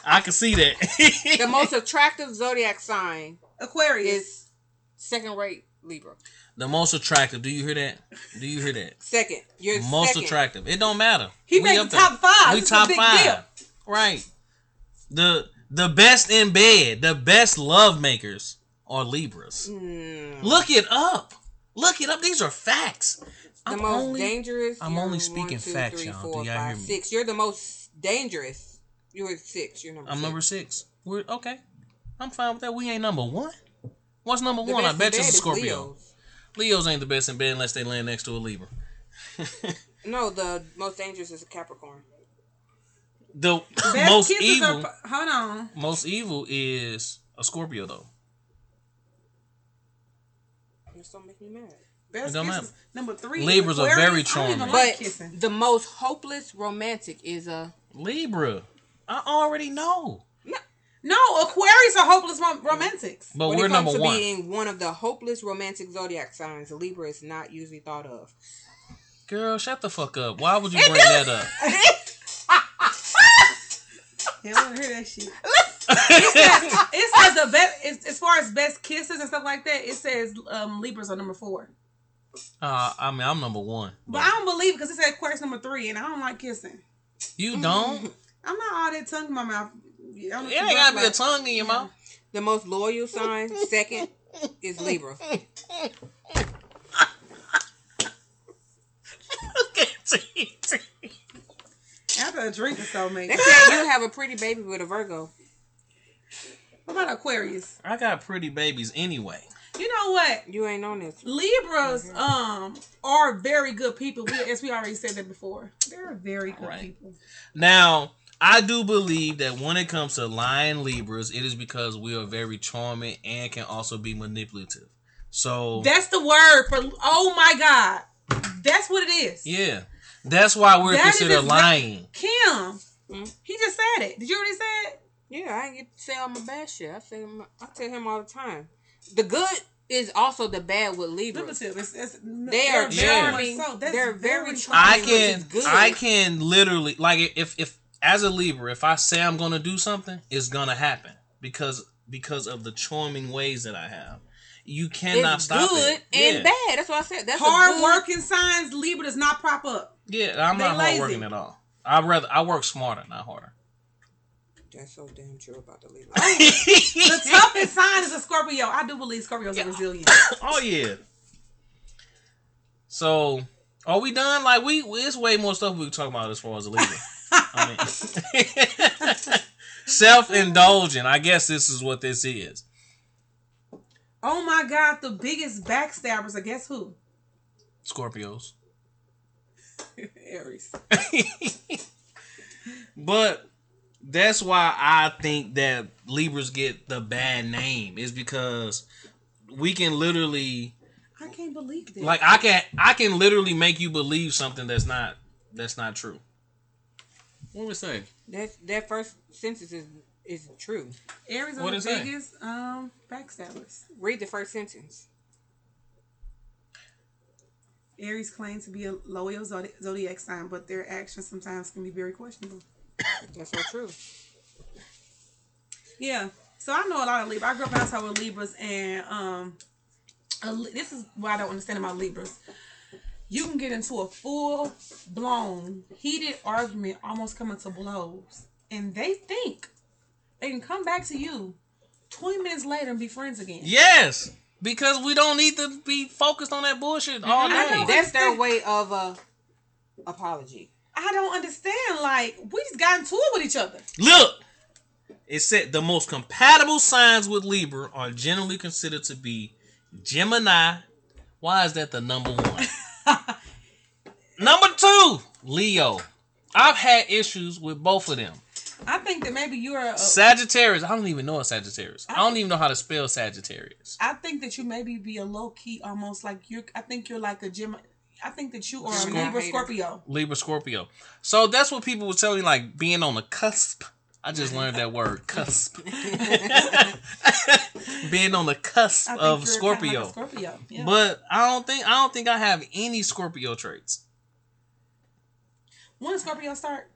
S1: I can see
S2: The
S1: that.
S2: most attractive zodiac sign
S3: Aquarius.
S2: is second rate Libra.
S1: the most attractive. Do you hear that? Do you hear that?
S2: Second, you're
S1: most
S2: second.
S1: attractive. It don't matter.
S3: He
S1: We
S3: made
S1: up
S3: the
S1: there.
S3: top five.
S1: We
S3: It's a
S1: top
S3: big
S1: five.
S3: deal.
S1: Right. The the best in bed, the best love makers are Libras.
S2: Mm,
S1: Look it up. Look it up. These are facts.
S2: the
S1: I'm
S2: most
S1: only-
S2: dangerous.
S1: I'm
S2: you're
S1: only
S2: one,
S1: speaking
S2: two,
S1: facts,
S2: three,
S1: y'all. Do
S2: four,
S1: y'all hear
S2: five,
S1: me?
S2: six. You're the most dangerous. You're six. You're number.
S1: I'm
S2: six.
S1: number six. We're okay. I'm fine with that. We ain't number one. What's number
S2: The
S1: one? I
S2: best in
S1: bet you
S2: bed
S1: it's a
S2: is
S1: Scorpio.
S2: Leos.
S1: Leos ain't the best in bed unless they land next to a Libra.
S2: No, the most dangerous is a Capricorn.
S1: The
S3: Best
S1: most
S3: kisses
S1: evil,
S3: Are, hold on.
S1: most evil is a Scorpio though.
S2: This don't make me mad.
S1: It
S3: Best
S1: don't
S3: kisses.
S1: matter.
S3: Number three.
S1: Libras are
S3: Aquarius.
S1: very
S3: I don't
S1: charming.
S3: even like
S2: But
S3: kissing.
S2: the most hopeless romantic is a
S1: Libra, I already know,
S3: No, Aquarius are hopeless rom- romantics.
S1: but
S2: when
S1: we're
S2: it comes
S1: number
S2: to
S1: one.
S2: being one of the hopeless romantic zodiac signs. Libra is not usually thought of.
S1: Girl, shut the fuck up. Why would you bring that up?
S3: Yeah, I want to hear that shit. it says, it says the best it's, as far as best kisses and stuff like that. It says um, Libras are number four,
S1: Uh, I mean, I'm number one.
S3: but I don't believe it because it said Aquarius number three, and I don't like kissing.
S1: You don't.
S3: I'm not all that tongue in my mouth. I don't
S1: It
S3: know what Mm-hmm. you
S1: ain't gotta be a
S3: like.
S1: tongue in your mouth.
S2: The most loyal sign, second, is Libra.
S1: Look at TT.
S3: After a drink or so, maybe.
S2: They said you have a pretty baby with a Virgo.
S3: What about Aquarius?
S1: I got pretty babies anyway.
S3: You know what?
S2: You ain't on this.
S3: Libras um are very good people. We, as we already said that before. They're very good
S1: Right.
S3: people.
S1: Now, I do believe that when it comes to lion Libras, it is because we are very charming and can also be manipulative. So
S3: That's the word for oh my god. That's what it is.
S1: yeah, that's why we're
S3: That is
S1: considered
S3: exact-
S1: lion.
S3: Kim.
S2: Hmm?
S3: He just said it. Did you already say it?
S2: Yeah, I ain't get to say all my bad shit. I say my, I tell him all the time. The good is also the bad with Libras.
S3: Limited. It's, it's,
S2: They are
S3: they're very much
S2: charming.
S3: so. That's
S2: They're very
S1: I
S2: charming.
S1: can
S2: which is good.
S1: I can literally like if if as a Libra, if I say I'm gonna do something, it's gonna happen because because of the charming ways that I have. You cannot
S2: It's
S1: stop
S2: good
S1: it.
S2: and
S1: yeah.
S2: bad. That's what I said. That's a
S3: Hard
S2: good,
S3: working signs, Libra does not prop up.
S1: Yeah, I'm
S3: They
S1: not hard
S3: lazy.
S1: working at all. I rather I work smarter, not harder.
S2: That's so damn true about the Libras.
S3: The toughest sign is a Scorpio. I do believe Scorpios are resilient.
S1: oh yeah. So are we done? Like we, we- it's way more stuff we can talk about as far as the Libra. I mean, self indulgent. I guess this is what this is.
S3: Oh my god, the biggest backstabbers are guess who?
S1: Scorpios.
S3: Aries.
S1: But that's why I think that Libras get the bad name is because we can literally
S3: I can't believe this.
S1: like I can I can literally make you believe something that's not that's not true. What we say?
S2: That's that first sentence is is true.
S3: Aries are
S1: What
S3: the
S1: it say?
S3: biggest um backstabbers.
S2: Read the first sentence.
S3: Aries claim to be a loyal zodi- zodiac sign, but their actions sometimes can be very questionable.
S2: That's so true.
S3: Yeah. So I know a lot of Libras. I grew up in a household with Libras, and um, a Li- this is why I don't understand about Libras. You can get into a full blown heated argument, almost coming to blows, and they think they can come back to you twenty minutes later and be friends again.
S1: Yes, because we don't need to be focused on that bullshit all
S3: I know.
S1: day.
S2: That's their way of a apology.
S3: I don't understand. Like we just got into it with each other.
S1: Look, it said the most compatible signs with Libra are generally considered to be Gemini. Why is that the number one? number two, Leo. I've had issues with both of them.
S3: I think that maybe you're. A,
S1: Sagittarius. I don't even know a Sagittarius. I don't even know how to spell Sagittarius.
S3: I think that you maybe be a low key, almost like you're. I think you're like a Gemini. I think that you are a
S2: Gemini
S3: Libra
S2: hater.
S3: Scorpio.
S1: Libra Scorpio. So that's what people were telling me, like being on the cusp. I just learned that word, cusp. being on the cusp
S3: I think
S1: of
S3: you're kinda like
S1: Scorpio.
S3: a Scorpio. Yeah.
S1: But I don't think I don't think I have any Scorpio traits.
S3: When does Scorpio start?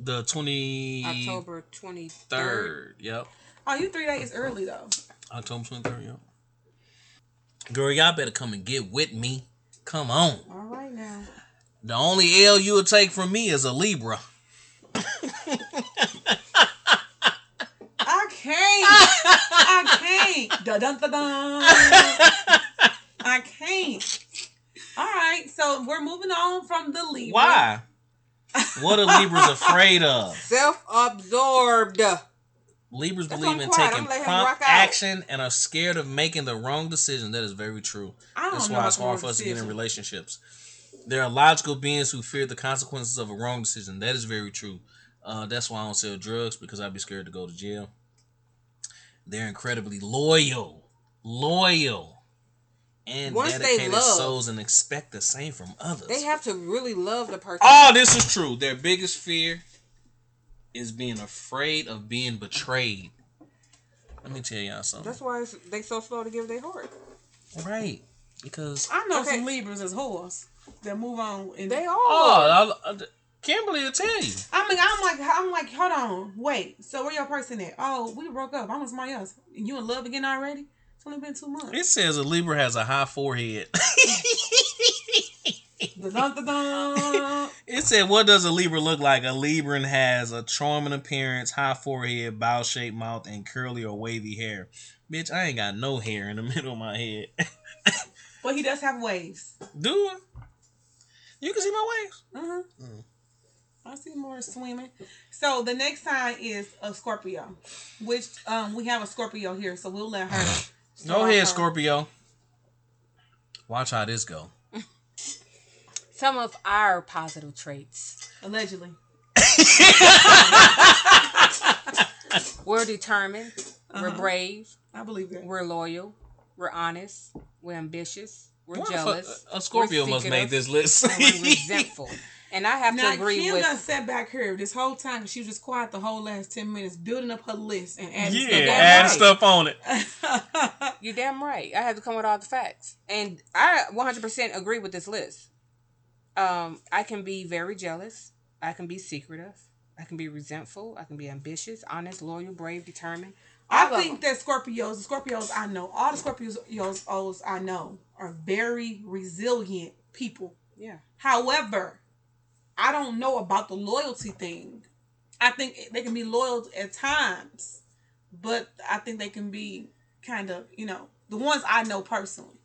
S1: The twenty
S2: October twenty third.
S1: third. Yep.
S3: Oh, you three days early though.
S1: October twenty third, yep. Girl, y'all better come and get with me. Come on.
S3: All right now.
S1: The only L you'll take from me is a Libra.
S3: I can't. I can't. Dun dun dun dun. I can't. All right, so we're moving on from the Libra.
S1: Why? What are Libras afraid of?
S2: Self absorbed.
S1: Libras
S2: That's
S1: believe
S2: why I'm
S1: in
S2: quiet.
S1: taking
S2: I'm letting him
S1: prompt
S2: rock out.
S1: action and are scared of making the wrong decision. That is very true.
S3: I don't
S1: That's
S3: know
S1: why
S3: about
S1: it's
S3: the
S1: hard
S3: wrong
S1: for us to get in
S3: decision.
S1: relationships. There are logical beings who fear the consequences of a wrong decision. That is very true. Uh, that's why I don't sell drugs because I'd be scared to go to jail. They're incredibly loyal, loyal, and
S2: Once they
S1: dedicated
S2: love-
S1: souls, and expect the same from others.
S2: They have to really love the person.
S1: All this is true. Their biggest fear is being afraid of being betrayed. Let me tell y'all something.
S2: That's why it's, they so slow to give their heart.
S1: right. Because
S3: I know
S2: Okay.
S3: some Libras as whores that move on. And
S2: They are.
S1: oh, I, I, Kimberly will tell you.
S3: I mean, I'm like, I'm like, hold on, wait. So where your person at? Oh, we broke up. I'm with somebody else. And you in love again already? It's only been two months.
S1: It says a Libra has a high forehead.
S3: Dun, dun, dun, dun.
S1: it said, "What does a Libra look like?" A Libran has a charming appearance, high forehead, bowl-shaped mouth, and curly or wavy hair. Bitch, I ain't got no hair in the middle of my head.
S3: But he does have waves.
S1: Do it. You can see my waves.
S3: Uh-huh.
S1: Mm.
S3: I see more swimming. So the next sign is a Scorpio, which um we have a Scorpio here, so we'll let her.
S1: Go ahead,
S3: start her-
S1: Scorpio. Watch how this go.
S2: Some of our positive traits.
S3: Allegedly.
S2: We're determined. We're
S3: Uh-huh.
S2: brave.
S3: I believe that.
S2: We're loyal. We're honest. We're ambitious. We're
S1: Why the fuck-
S2: jealous.
S1: A Scorpio
S2: we're
S1: must make this list.
S2: secretive, and we're resentful. And I have
S3: Now,
S2: to agree
S3: Kim
S2: with
S3: done sat back here this whole time. 'cause She was just quiet the whole last 10 minutes, building up her list and adding
S1: yeah,
S2: add
S1: add
S2: right.
S1: stuff on it.
S3: stuff on.
S2: You're damn right. I have to come with all the facts, and I 100% agree with this list. Um, I can be very jealous. I can be secretive. I can be resentful. I can be ambitious, honest, loyal, brave, determined.
S3: I
S2: All of
S3: think that Scorpios, the Scorpios I know, all the Scorpios I know are very resilient people.
S2: Yeah.
S3: However, I don't know about the loyalty thing. I think they can be loyal at times, but I think they can be kind of, you know, the ones I know personally.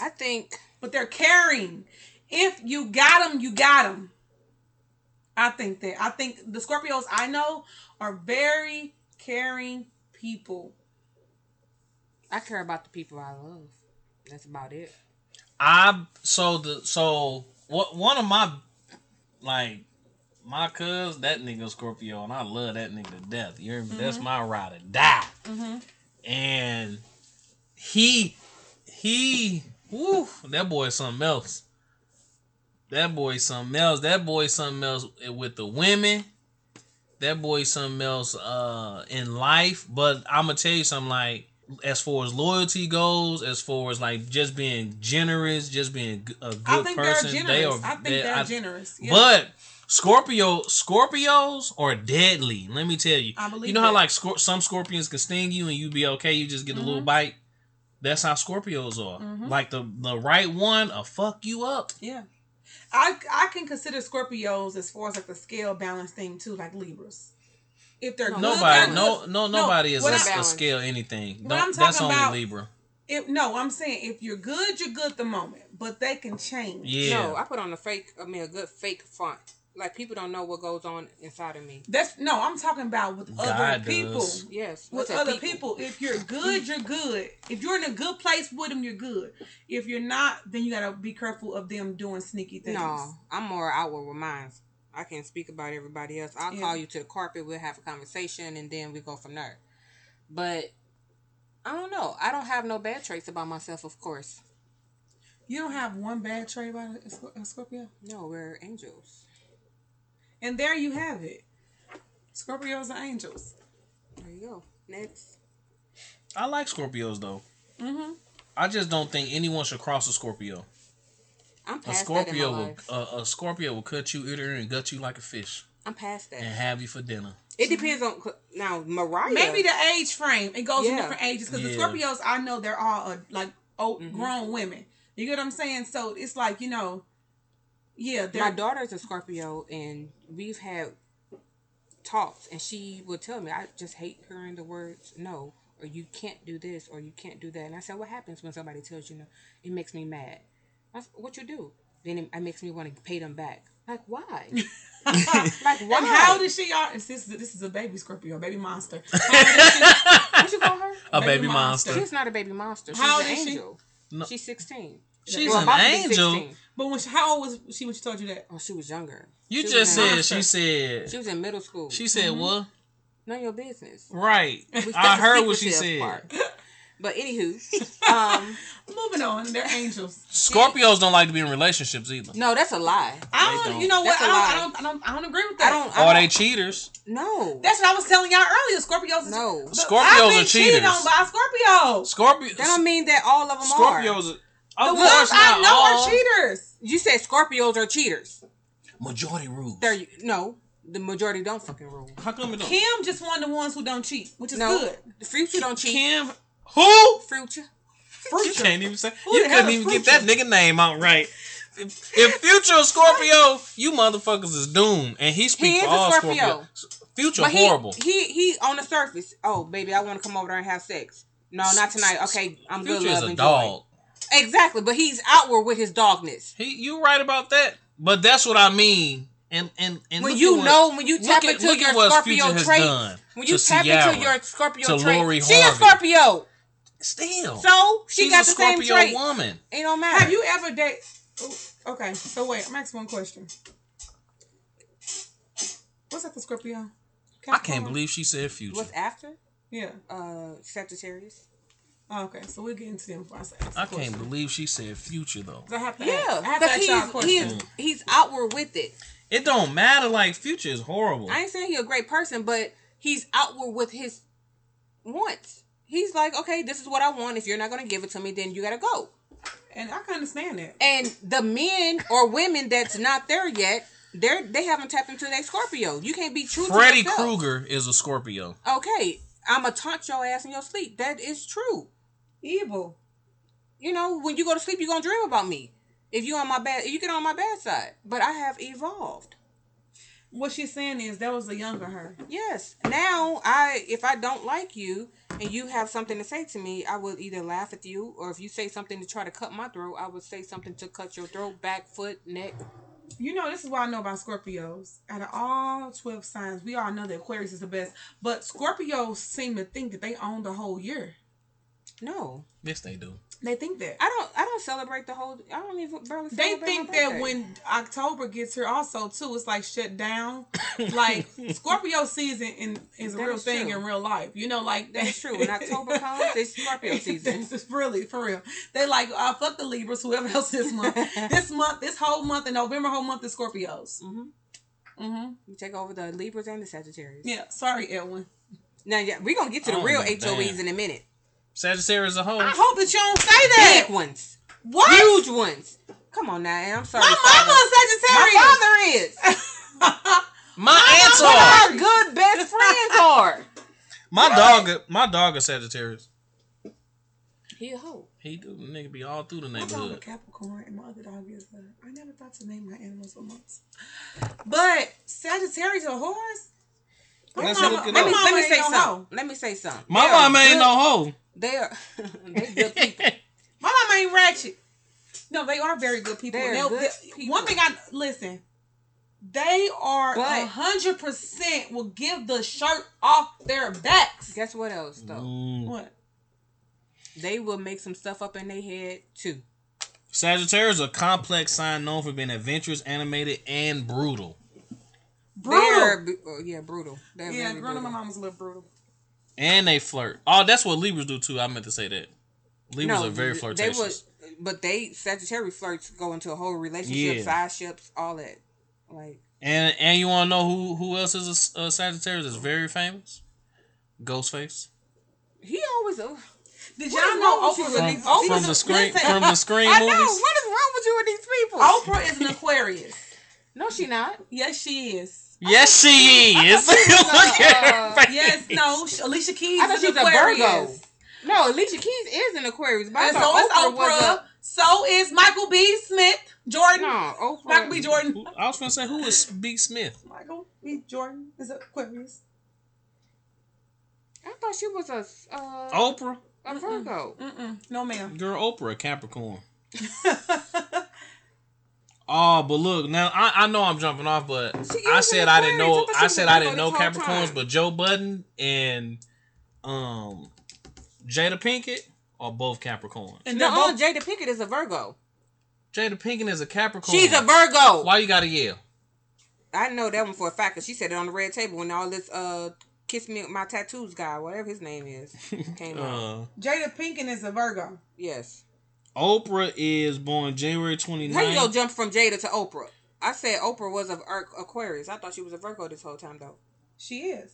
S2: I think
S3: But they're caring. If you got them, you got them. I think that. I think the Scorpios I know are very caring people.
S2: I care about the people I love. That's about it.
S1: I so the so what one of my like my cuz that nigga Scorpio and I love that nigga to death. You hear me? That's my ride or die.
S2: Mm-hmm.
S1: And he he woo that boy is something else. That boy is something else. That boy is something else with the women. That boy is something else uh in life. But I'ma tell you something like as far as loyalty goes, as far as like just being generous, just being g- a good
S3: I think
S1: person,
S3: they're generous.
S1: they are.
S3: I think
S1: they-
S3: they're
S1: I-
S3: generous. Yeah.
S1: But Scorpio, Scorpios are deadly. Let me tell you.
S3: I believe
S1: you know how
S3: that.
S1: like Scor- some scorpions can sting you and you be okay. You just get a little bite. That's how Scorpios are.
S3: Mhm.
S1: Like the the right one, a fuck you up.
S3: Yeah. I I can consider Scorpios as far as like the scale balance thing too, like Libras. If they're
S2: No,
S3: good,
S1: Nobody,
S3: they're
S1: no,
S3: good.
S1: no, nobody is
S3: what
S1: a,
S3: I'm-
S1: a scale anything.
S3: What
S1: Don't-
S3: I'm
S1: that's
S3: talking
S1: only
S3: about-
S1: Libra.
S3: If no, I'm saying if you're good, you're good the moment, but they can change.
S1: Yeah,
S2: No, I put on a fake. I mean, a good fake front. Like people don't know what goes on inside of me.
S3: That's no, I'm talking about with other
S1: God
S3: people.
S1: does.
S2: Yes.
S3: With
S2: what's that
S3: other people. if you're good, you're good. If you're in a good place with them, you're good. If you're not, then you gotta be careful of them doing sneaky things.
S2: No, I'm more outward with mine. I can't speak about everybody else. I'll
S3: Yeah.
S2: call you to the carpet. We'll have a conversation, and then we go from there. But I don't know. I don't have no bad traits about myself, of course.
S3: You don't have one bad trait about a Sc- a Scorpio.
S2: No, we're angels.
S3: And there you have it. Scorpios are angels.
S2: There you go. Next.
S1: I like Scorpios though.
S3: Mm-hmm.
S1: I just don't think anyone should cross a Scorpio.
S2: I'm
S1: A
S2: past that in
S1: Scorpio
S2: my
S1: will
S2: life.
S1: a, a Scorpio will cut you in the ear and gut you like a fish
S2: I'm past
S1: and
S2: that.
S1: have you for dinner.
S2: It depends on now, Mariah.
S3: Maybe the age frame. It goes in
S2: Yeah.
S3: different ages because the
S1: Yeah.
S3: Scorpios I know they're all uh, like old
S2: Mhm.
S3: grown women. You get what I'm saying? So it's like you know, yeah, they're
S2: my daughter's a Scorpio, and we've had talks, and she will tell me, I just hate hearing the words no, or you can't do this, or you can't do that. And I said, What happens when somebody tells you no? It makes me mad. I said, what you do? Then it, it makes me want to pay them back. Like, why? like, why?
S3: And how did she? Are, this, is- this is a baby Scorpio, baby monster. How
S2: What you call her?
S1: A
S3: Baby
S1: baby monster.
S2: She's not a baby monster. She's
S3: How
S2: an
S3: old is she?
S2: angel.
S1: No.
S2: She's 16.
S1: She's
S2: Well,
S1: an
S2: about to be
S1: angel?
S2: 16.
S3: But when she, how old was she when she told you that?
S2: Oh, she was younger.
S1: You
S2: She was
S1: just
S2: an
S1: said
S3: monster.
S1: she said
S2: She was in middle school.
S1: she said what?
S2: None of your business.
S1: Right.
S2: We
S1: I
S2: skipped the
S1: heard what she
S2: secretive
S1: said.
S2: part. But anywho, um,
S3: Moving on, they're angels.
S1: Scorpios don't like to be in relationships either.
S2: no, that's a lie.
S3: I
S1: They
S3: don't,
S1: don't.
S3: You know what?
S2: That's
S3: I
S2: a
S3: don't, I
S2: lie.
S3: don't. I don't. I don't agree with
S2: I
S3: that.
S2: don't. I
S1: Are they
S2: don't-
S1: cheaters?
S2: No,
S3: That's what I was telling y'all earlier. Scorpios. is-
S2: no.
S3: But
S1: Scorpios
S3: I've been
S1: are
S3: cheated
S1: cheaters.
S3: on by a Scorpio.
S1: Scorpios.
S2: That don't mean that all of them are.
S1: Scorpios.
S3: The
S1: Of
S3: ones
S1: course
S3: I
S1: not
S3: know
S1: all.
S3: are cheaters.
S2: You said Scorpios are cheaters.
S1: Majority rules.
S2: There, you, no, the majority don't fucking rule.
S1: How come it don't?
S3: Kim just one of the ones who don't cheat, which is
S2: No,
S3: good.
S2: the future don't cheat.
S1: Kim. Who?
S2: Future.
S1: You can't e- even say.
S3: Who
S1: you
S3: the hell
S1: couldn't
S3: is
S1: even get
S3: Future?
S1: that nigga name out right. If, if Future a Scorpio, you motherfuckers is doomed, and he
S2: He
S1: speaks
S2: is
S1: for
S2: a
S1: all
S2: Scorpio.
S1: Scorpio. Future
S2: But he,
S1: horrible.
S2: he, he, on the surface. Oh, baby, I want to come over there and have sex. No, not tonight. Okay, I'm good.
S1: Future
S2: love,
S1: is a
S2: enjoy.
S1: dog.
S2: Exactly, but he's outward with his dogness.
S1: He, you right about that. But that's what I mean. And and, and
S2: When
S1: look
S2: you
S1: at what-
S2: know, when you tap
S1: look at-
S2: into
S1: look
S2: your
S1: at what
S2: Scorpio
S1: Future has
S2: trait,
S1: done
S2: when you
S1: to
S2: tap
S1: Ciara,
S2: into your Scorpio
S1: to
S2: trait,
S1: Lori
S2: she a
S1: Harvey.
S2: Scorpio.
S1: still,
S2: So she
S1: she's
S2: got
S1: a
S2: the
S1: Scorpio
S2: same trait.
S1: woman.
S2: It don't matter.
S3: Have you ever date? Ooh, Okay, so wait, I'm asking one question. What's that for Scorpio?
S1: I can't
S3: Capricorn?
S1: believe she said future.
S2: What's after?
S3: Yeah.
S2: Uh, Sagittarius.
S3: Oh, okay, so we'll get into them before I say.
S1: I can't believe she said future though.
S3: I have to.
S2: Yeah,
S3: ask- I have to
S2: because
S3: ask y'all a
S2: he's,
S3: question.
S2: he's he's outward with it.
S1: It don't matter. Like future is horrible.
S2: I ain't saying he's a great person, but he's outward with his wants. He's like, okay, this is what I want. If you're not gonna give it to me, then you gotta go.
S3: and I can understand that.
S2: And the men or women that's not there yet, they're they haven't tapped into their Scorpio. You can't be true.
S1: Freddy
S2: to yourself.
S1: Krueger is a Scorpio.
S2: Okay, I'ma taunt your ass in your sleep. That is true.
S3: Evil.
S2: You know, when you go to sleep, you're gonna dream about me. If you on my bad, you get on my bad side. But I have evolved.
S3: What she's saying is that was the younger her.
S2: Yes. Now I if I don't like you and you have something to say to me, I will either laugh at you or if you say something to try to cut my throat, I would say something to cut your throat, back, foot, neck.
S3: You know, this is what I know about Scorpios. Out of all 12 signs, we all know that Aquarius is the best. But Scorpios seem to think that they own the whole year.
S2: No.
S1: Yes, they do.
S3: They think that.
S2: I don't I don't celebrate the whole I don't even barely
S3: They
S2: celebrate my
S3: think that
S2: birthday.
S3: when October gets here, also, too, it's like shut down. like, Scorpio season in, is a
S2: That
S3: real
S2: is
S3: thing
S2: true.
S3: in real life. You know, like
S2: That's true. When October comes, it's Scorpio season.
S3: This is really for real. They like, uh, fuck the Libras, whoever else this month. this month, this whole month in November, whole month is Scorpios.
S2: Mhm.
S3: Mm-hmm.
S2: you take over the Libras and the Sagittarius.
S3: Yeah, sorry, Edwin.
S2: Now yeah, we're gonna get to the
S1: Oh,
S2: real
S1: man,
S2: HOEs
S1: damn.
S2: in a minute.
S1: Sagittarius is a hoe.
S3: I hope that you don't say that.
S2: Big ones.
S3: What?
S2: Huge ones. Come on now, and I'm sorry.
S3: My
S2: father.
S3: mama
S2: My father is.
S1: My aunts
S2: That's
S1: are.
S2: what our good best friends are.
S1: My dog. My dog is Sagittarius.
S2: He a hoe.
S1: He do nigga be all through the
S3: is Sagittarius. My dog a
S1: neighborhood.
S3: Capricorn and my other dog is a. I never thought to name my animals for months. But Sagittarius or horse? My
S1: Let's
S3: mama-
S1: look it
S3: my
S2: Let me,
S1: up.
S3: mama
S2: let me
S3: ain't
S2: say
S3: no
S2: something.
S3: hoe.
S2: Let me say something.
S1: My
S2: They are
S1: mama ain't
S2: good-
S1: no hoe.
S2: They are they good people.
S3: My mama ain't ratchet. No, they are very good people.
S2: They're
S3: They'll-
S2: good
S3: they-
S2: people.
S3: One thing I listen, they are
S2: But-
S3: hundred percent will give the shirt off their backs.
S2: Guess what else though?
S1: Ooh.
S3: What?
S2: They will make some stuff up in their head too.
S1: Sagittarius is a complex sign known for being adventurous, animated, and brutal.
S3: Brutal.
S2: They're bu- oh, yeah, brutal. They're
S3: Yeah,
S2: very
S3: growing
S2: brutal.
S3: up, my mama's a little brutal.
S1: And they flirt. Oh, that's what Libras do too. I meant to say that. Libras
S2: no,
S1: are very
S2: th-
S1: flirtatious.
S2: They would, but they Sagittarius flirts go into a whole relationship,
S1: Yeah.
S2: side ships, all that. Like
S1: And and you want to know who who else is a s- a, Sagittarius that's very famous? Ghostface
S2: he always. Uh,
S3: Did
S2: What
S3: y'all
S2: is
S3: know
S2: wrong with you
S3: Oprah?
S2: with
S1: from,
S2: these-
S3: Oprah's
S1: from
S3: a-
S1: the screen
S3: listen,
S1: from the screen
S2: I know. What
S1: movies.
S2: is wrong with you and these people?
S3: Oprah is an Aquarius.
S2: no, she not.
S3: Yes, she is.
S1: Yes, she is.
S2: thought she was a,
S1: Look at her
S2: uh,
S1: face.
S3: Yes, no, sh- Alicia Keys
S2: I thought
S3: is
S2: she
S3: an
S2: was a Virgo.
S3: Aquarius.
S2: No, Alicia Keys is an Aquarius, but I
S3: And so
S2: thought
S3: is
S2: Oprah, was
S3: Oprah.
S2: a
S3: So is Michael B. Smith. Jordan.
S2: no. Oprah
S3: Michael B. Jordan.
S1: Who- I was gonna say who is B. Smith?
S3: Michael B. Jordan is Aquarius.
S2: I thought she was a uh,
S1: Oprah,
S3: Oh,
S2: a Virgo.
S3: Mm-mm. No, ma'am.
S1: girl, Oprah, Capricorn.
S3: That's
S1: Oh, but look now. I, I know I'm jumping off, but
S2: She is
S1: I
S2: an
S1: said I didn't
S2: Aquarius. I
S1: know.
S2: thought she
S1: I
S2: was
S1: said
S2: a
S1: I
S2: Virgo
S1: didn't know
S2: this whole
S1: Capricorns,
S2: time.
S1: but Joe Budden and um Jada Pinkett are both Capricorns.
S3: And
S2: No,
S3: they're
S2: uh,
S3: both-
S2: Jada Pinkett is a Virgo.
S1: Jada Pinkett is a Capricorn.
S2: She's a Virgo.
S1: Why you gotta yell?
S2: I know that one for a fact because she said it on the red table when all this uh kiss me my tattoos guy whatever his name is came out.
S1: Uh,
S3: Jada Pinkett is a Virgo.
S2: Yes.
S1: Oprah is born January 29th.
S2: How you go jump from Jada to Oprah? I said Oprah was a Vir- Aquarius. I thought she was a Virgo this whole time though.
S3: She is.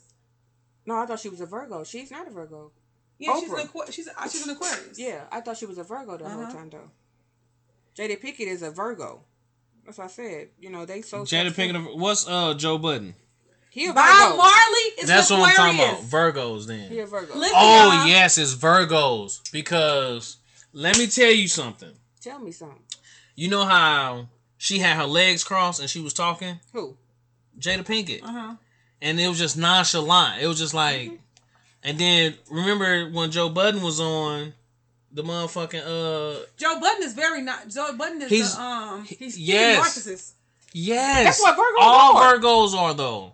S2: No, I thought she was a Virgo. She's not a Virgo.
S3: Yeah, she's an
S2: Oprah.
S3: Aquarius. She's, uh, she's an Aquarius.
S2: Yeah, I thought she was a Virgo the
S3: Uh-huh.
S2: whole time though. Jada Pinkett is a Virgo. That's what I said. You know they so
S1: Jada Pinkett. What's uh Joe Budden?
S2: He a
S3: Bob
S2: Virgo.
S3: Marley is
S1: That's
S3: an
S1: what I'm
S3: Aquarius.
S1: talking about. Virgos
S2: he a
S1: then.
S2: Virgo.
S3: Listen,
S1: Oh
S3: y'all.
S1: yes, it's Virgos because let me tell you something.
S2: Tell me something.
S1: You know how she had her legs crossed and she was talking
S2: Who?
S1: Jada Pinkett,
S3: Uh-huh.
S1: and it was just nonchalant. It was just like, and then remember when Joe Budden was on, the motherfucking uh
S3: Joe Button is very not. Joe Button is
S1: He's-
S3: the, um. He's
S1: yes.
S3: pretty narcissist.
S1: yes.
S4: That's what Virgos
S1: all
S4: are.
S1: Virgos are though.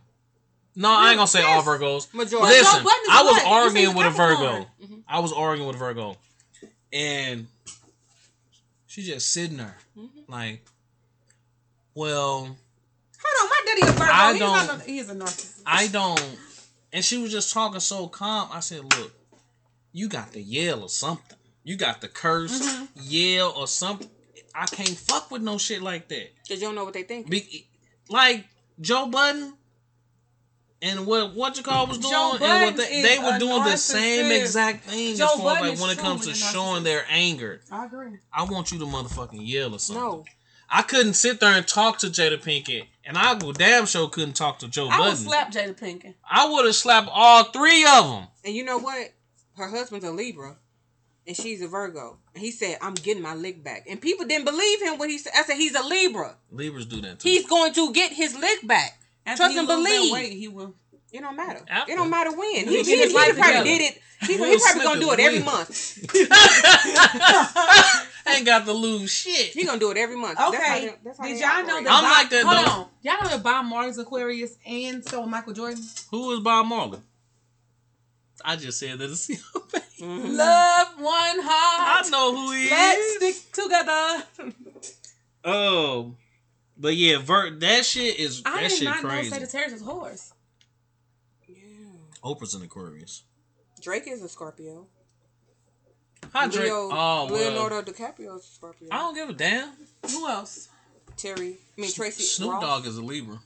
S1: No, I ain't gonna say all
S3: Yes.
S1: Virgos.
S2: Majority.
S3: Well,
S1: Listen,
S3: Joe Budden is
S1: I was
S3: what? You say
S1: arguing
S3: he's
S1: with a Virgo.
S3: Capricorn. Mm-hmm.
S4: Mhm.
S1: I was arguing with a Virgo, and she just sitting there
S4: Mhm.
S3: Mm-hmm.
S1: like, "Well,
S3: Hold on, my daddy is Virgo.
S1: I
S3: he's
S1: don't-
S3: Not, a- he is a narcissist.
S1: I don't." And she was just talking so calm. I said, "Look, you got to yell or something. You got to curse,
S3: Mhm.
S1: yell or something. I can't fuck with no shit like that.
S2: Cause you don't know what they think.
S1: Be- like Joe Budden." And what what you call was doing,
S3: Joe
S1: and what
S3: Budden
S1: they,
S3: is
S1: they were
S3: a
S1: doing the same
S3: narcissist.
S1: exact thing
S3: Joe
S1: as far as
S3: Budden
S1: like
S3: is
S1: when it comes to
S3: truly a
S1: showing
S3: narcissist.
S1: their anger.
S3: I agree.
S1: I want you to motherfucking yell or something.
S2: No.
S1: I couldn't sit there and talk to Jada Pinkett, and I go damn sure couldn't talk to Joe
S3: I would
S1: Budden.
S3: slap Jada Pinkett.
S1: I would have slapped all three of them.
S2: And you know what? Her husband's a Libra, and she's a Virgo. And he said, "I'm getting my lick back." And people didn't believe him when he said, "I said he's a Libra.
S1: Libras do that too.
S2: He's going to get his lick back."
S3: After
S2: Trust
S3: he
S2: and
S3: lose that
S2: believe.
S3: Weight, he will.
S2: It don't matter.
S1: After.
S2: It don't matter when. He,
S3: He
S2: he,
S3: get his
S2: he
S3: life
S2: probably
S3: together.
S2: did it. He, he
S1: Will
S2: probably
S1: Smith
S2: gonna
S1: is
S2: do it every
S1: weak.
S2: month.
S1: ain't got to lose shit.
S2: He gonna do it every month. That's how
S3: Okay.
S2: they- that's how
S3: Did
S2: they
S3: y'all know
S2: operate.
S3: that?
S1: I'm
S3: Bob-
S1: like that,
S3: Hold
S1: though.
S3: on. Y'all know that Bob Marley's Aquarius and so Michael Jordan.
S1: Who is Bob Marley? I just said that to see how
S3: Mm.
S1: bad-
S3: Mm-hmm.
S2: Mhm.
S3: Love one
S1: I
S3: heart.
S1: know who he
S3: Let's
S1: is.
S3: stick together.
S1: Oh, but yeah, Vert, that shit is
S3: I
S1: that
S3: did
S1: shit
S3: not
S1: crazy.
S3: know Sagittarius was horse.
S2: Yeah.
S1: Oprah's an Aquarius.
S2: Drake is a Scorpio.
S1: Hi, Drake.
S2: Leo,
S1: oh, well.
S2: Leonardo DiCaprio is a Scorpio.
S1: I don't give a damn.
S3: Who else?
S2: Terry, I mean Tracy
S1: Snoop
S2: Ross.
S1: Dogg is a Libra.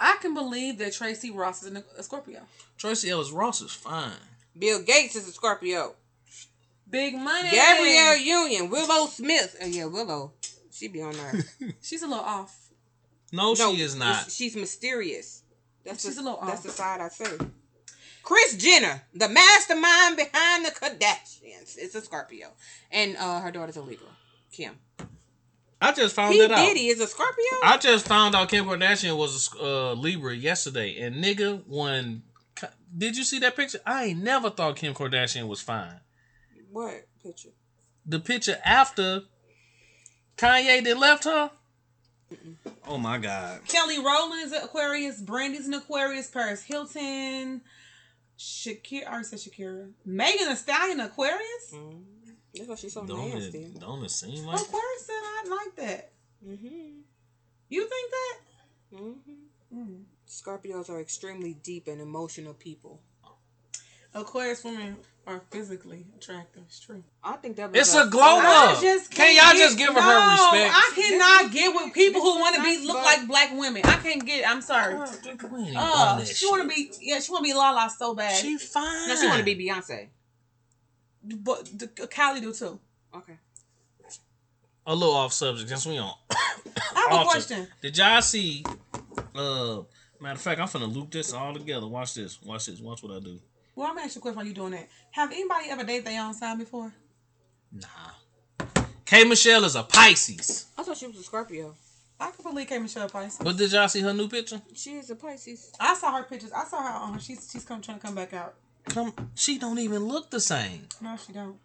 S3: I can believe that Tracy Ross is a Scorpio.
S1: Tracy Ellis Ross is fine.
S2: Bill Gates is a Scorpio.
S3: Big money.
S2: Gabrielle Union, Willow Smith. Oh yeah, Willow. She be on there.
S3: She's a little off.
S1: No, she is not.
S2: it's- She's mysterious. That's
S3: She's
S2: the,
S3: a little
S2: That's
S3: off.
S2: the side I say. Chris Jenner, the mastermind behind the Kardashians, is a Scorpio, and uh, her daughter's a Libra. Kim.
S1: I just found
S2: P
S1: that out.
S2: Diddy is a Scorpio.
S1: I just found out Kim Kardashian was a uh, Libra yesterday, and nigga, when did you see that picture? I ain't never thought Kim Kardashian was fine.
S2: what picture?
S1: The picture after Kanye that left her. Oh my god!
S3: Kelly Rowland is an Aquarius. Brandy's an Aquarius. Paris Hilton. Shakira. I already said Shakira. Megan Thee Stallion, Aquarius.
S2: Mm. That's why she's so
S1: Don't
S2: nasty.
S1: it, don't it seem like
S3: Aquarius said I like that.
S2: Mm-hmm.
S3: You think that?
S2: Mm-hmm.
S3: Mm.
S2: Scorpios are extremely deep and emotional people.
S3: Aquarius women are physically attractive. It's true.
S2: I think that was
S1: it's a glow
S3: I
S1: up?
S3: just
S1: Oh, Can
S3: can't
S1: y'all just
S3: get-
S1: give her
S3: No,
S1: respect?
S3: I cannot
S2: This
S3: get
S2: is-
S3: with people who
S2: this
S3: want to
S2: is
S3: be
S2: nice,
S3: look
S2: but-
S3: like black women. I can't get. I'm sorry.
S1: Girl, Drake, we
S2: Oh,
S1: ain't on
S3: Uh,
S1: that
S3: she want to
S1: shit.
S3: be. Yeah, she want to be Lala so bad.
S1: She fine.
S2: No, she want to be Beyonce.
S3: but the, Kylie do too.
S2: Okay.
S1: a little off subject. Since we on
S3: I have a
S1: Alter.
S3: question.
S1: Did y'all see? Uh, matter of fact, I'm finna loop this all together. Watch this. Watch this. Watch what I do.
S3: Well, I'm gonna ask you a question while you doing that. Have anybody ever dated their own sign before?
S1: Nah. K Michelle is a Pisces.
S2: I thought she was a Scorpio.
S3: I can believe K Michelle Pisces.
S1: But did y'all see her new picture?
S2: She is a Pisces.
S3: I saw her pictures. I saw her on. She's she's come trying to come back out.
S1: Come, she don't even look the same.
S3: No, she don't.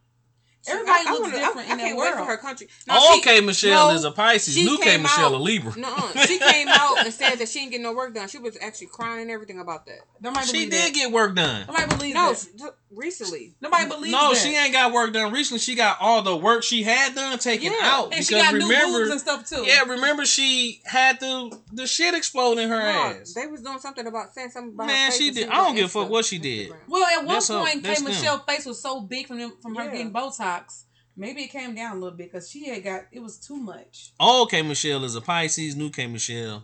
S2: She-
S3: Everybody
S2: I- I
S3: looks
S2: wanna- I-
S3: different
S2: I,
S3: in that
S2: can't
S3: world.
S2: wait for her country.
S1: Old
S2: she-
S1: K Oh, Michelle
S2: no,
S1: is a Pisces.
S2: she
S1: New K
S2: came
S1: Michelle
S2: out-
S1: a Libra.
S2: Nuh-uh. She came out and said that she didn't get no work done. She was actually crying and everything about that.
S3: Nobody
S1: She
S3: believe
S1: did
S3: that.
S1: get work done.
S3: Nobody believes
S2: No,
S3: that.
S2: she- th- recently.
S3: Nobody believes
S1: No,
S3: that.
S1: she ain't got work done recently. She got all the work she had done taken
S2: Yeah,
S1: out.
S3: And she got new boobs and stuff too.
S1: yeah, remember she had the the shit explode in her
S2: No,
S1: ass.
S2: they was doing something about saying something about. her
S1: Man,
S2: face
S1: she
S2: and
S1: did.
S2: was
S1: I don't
S2: on
S1: give a fuck
S2: Insta-
S1: what she did.
S2: Instagram.
S3: Well, at one
S1: That's her-
S3: point, K
S1: that's them.
S3: Michelle's face was so big from them, from her
S2: Yeah.
S3: getting Botox. Maybe it came down a little bit because she had got it was too much.
S1: Old K Michelle is a Pisces. New K Michelle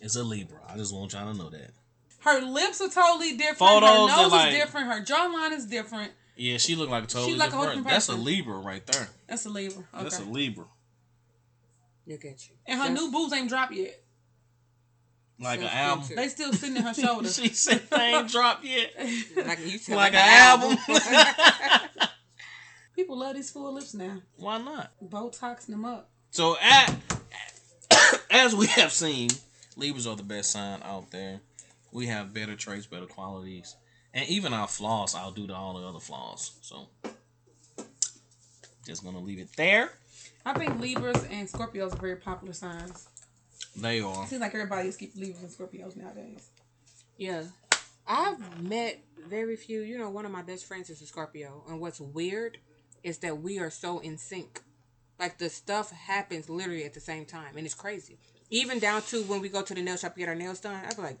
S1: is a Libra. I just want y'all to know that.
S3: Her lips are totally different.
S1: Photos
S3: her
S1: are
S3: nose
S1: like-
S3: is different. Her jawline is different.
S1: Yeah, she look like a totally
S3: She like a whole
S1: different.
S3: different
S1: That's a
S3: person.
S1: Libra right there.
S3: That's a Libra. Okay.
S1: That's a Libra.
S2: Look at you.
S3: and her
S2: That's-
S3: new boobs ain't dropped yet.
S1: Like an
S2: Sounds
S1: album.
S2: good,
S3: They still sitting in her shoulder.
S1: she said they ain't dropped yet.
S2: Like you said,
S1: Like an
S2: an
S1: album.
S3: People love these full lips now.
S1: Why not?
S3: Botoxing them up.
S1: So at, as we have seen, Libras are the best sign out there. We have better traits, better qualities, and even our flaws outdo to all the other flaws. So Just gonna leave it there.
S3: I think Libras and Scorpios are very popular signs.
S1: They are.
S3: It seems like everybody just keep Libras and Scorpios nowadays.
S2: Yeah. I've met very few. You know, one of my best friends is a Scorpio. And what's weird is that we are so in sync. Like the stuff happens literally at the same time. And it's crazy. Even down to when we go to the nail shop to get our nails done, I'd be like,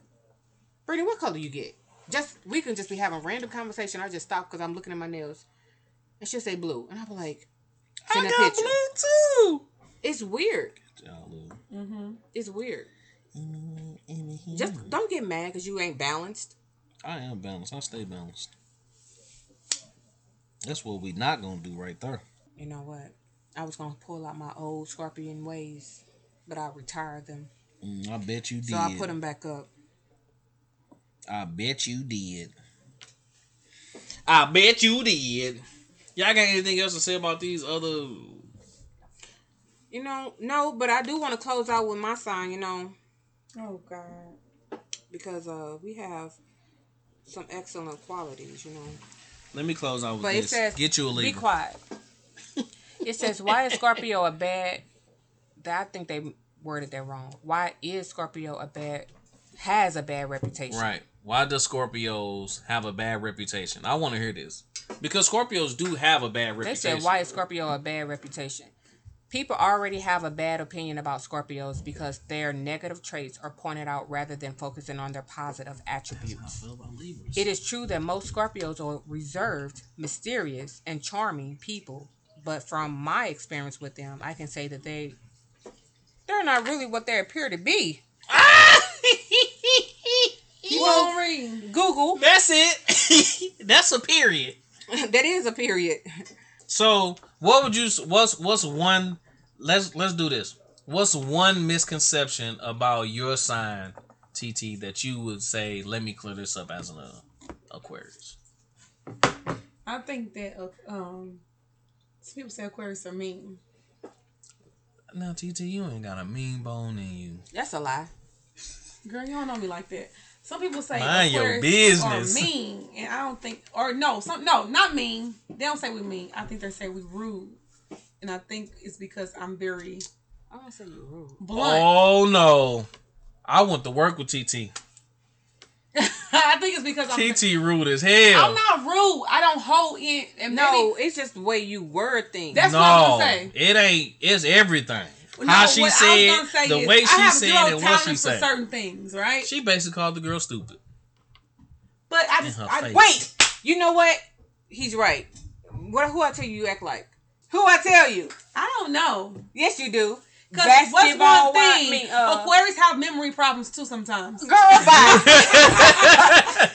S2: Brittany, what color you get? Just we can just be having random conversation. I just stop because I'm looking at my nails. And she'll say blue. And I'll be like, send a picture.
S1: blue
S2: It's weird.
S1: too. Y'all
S3: Mm-hmm.
S2: It's weird.
S1: little-
S2: Just don't get mad because you ain't balanced.
S1: I am balanced. I stay balanced. That's what we not gonna do right there.
S2: You know what? I was gonna pull out my old scorpion ways, but I retired them,
S1: Mm, I bet you did.
S2: so I put them back up.
S1: I bet you did. I bet you did. Y'all got anything else to say about these other?
S2: You know, no, but I do want to close out with my sign. You know,
S3: Oh God.
S2: because uh, we have some excellent qualities. You know,
S1: Let me close out with
S2: but it
S1: this.
S2: says
S1: Get you a
S2: Be
S1: legal.
S2: quiet. it says why is Scorpio a bad? That I think they worded that wrong. Why is Scorpio a bad? Has a bad reputation.
S1: Right. Why do Scorpios have a bad reputation? I want to hear this because Scorpios do have a bad
S2: They
S1: reputation.
S2: said, why is Scorpio a bad reputation? People already have a bad opinion about Scorpios because their negative traits are pointed out rather than focusing on their positive attributes. It is true that most Scorpios are reserved, mysterious, and charming people, but from my experience with them, I can say that they they're not really what they appear to be.
S1: Ah!
S3: Keep on reading.
S2: Google,
S1: That's it. That's a period.
S2: that is a period.
S1: So, what would you? What's what's one? Let's let's do this. What's one misconception about your sign, TT, that you would say? Let me clear this up as an uh, Aquarius.
S3: I think that uh, um, some people say Aquarius are mean.
S1: No, TT, you ain't got a mean bone in you.
S2: That's a lie.
S3: Girl, you don't know me like that. Some people say
S1: Mind your
S3: Aquarius
S1: business.
S3: are mean, and I don't think, or no, some no, not mean. They don't say we mean. I think they say we rude, and I think it's because I'm very
S2: I don't say you're rude.
S3: blunt.
S1: Oh no, I want to work with TT. Oh.
S3: I think it's because I'm.
S1: TT rude as hell.
S3: I'm not rude. I don't hold in. And
S2: No,
S3: maybe-
S2: it's just the way you word things.
S3: That's-
S1: no,
S3: what I'm gonna say.
S1: it ain't. It's everything.
S3: no,
S1: How she
S3: what I
S1: said,
S3: was gonna say
S1: the
S3: is
S1: way
S3: I
S1: she
S3: have
S1: said
S3: zero
S1: it, what she
S3: tolerance
S1: said.
S3: for certain things, right?
S1: She basically called the girl stupid.
S3: but I
S1: In
S3: just,
S1: her
S3: I,
S1: face.
S2: Wait, you know what? He's right. What? Who I tell you, you act like? Who I tell you?
S3: I don't know.
S2: Yes, you do.
S3: Cause what's
S2: Basketball
S3: one
S2: wise,
S3: thing?
S2: I mean, uh,
S3: Aquarius have memory problems too sometimes.
S2: girl, bye.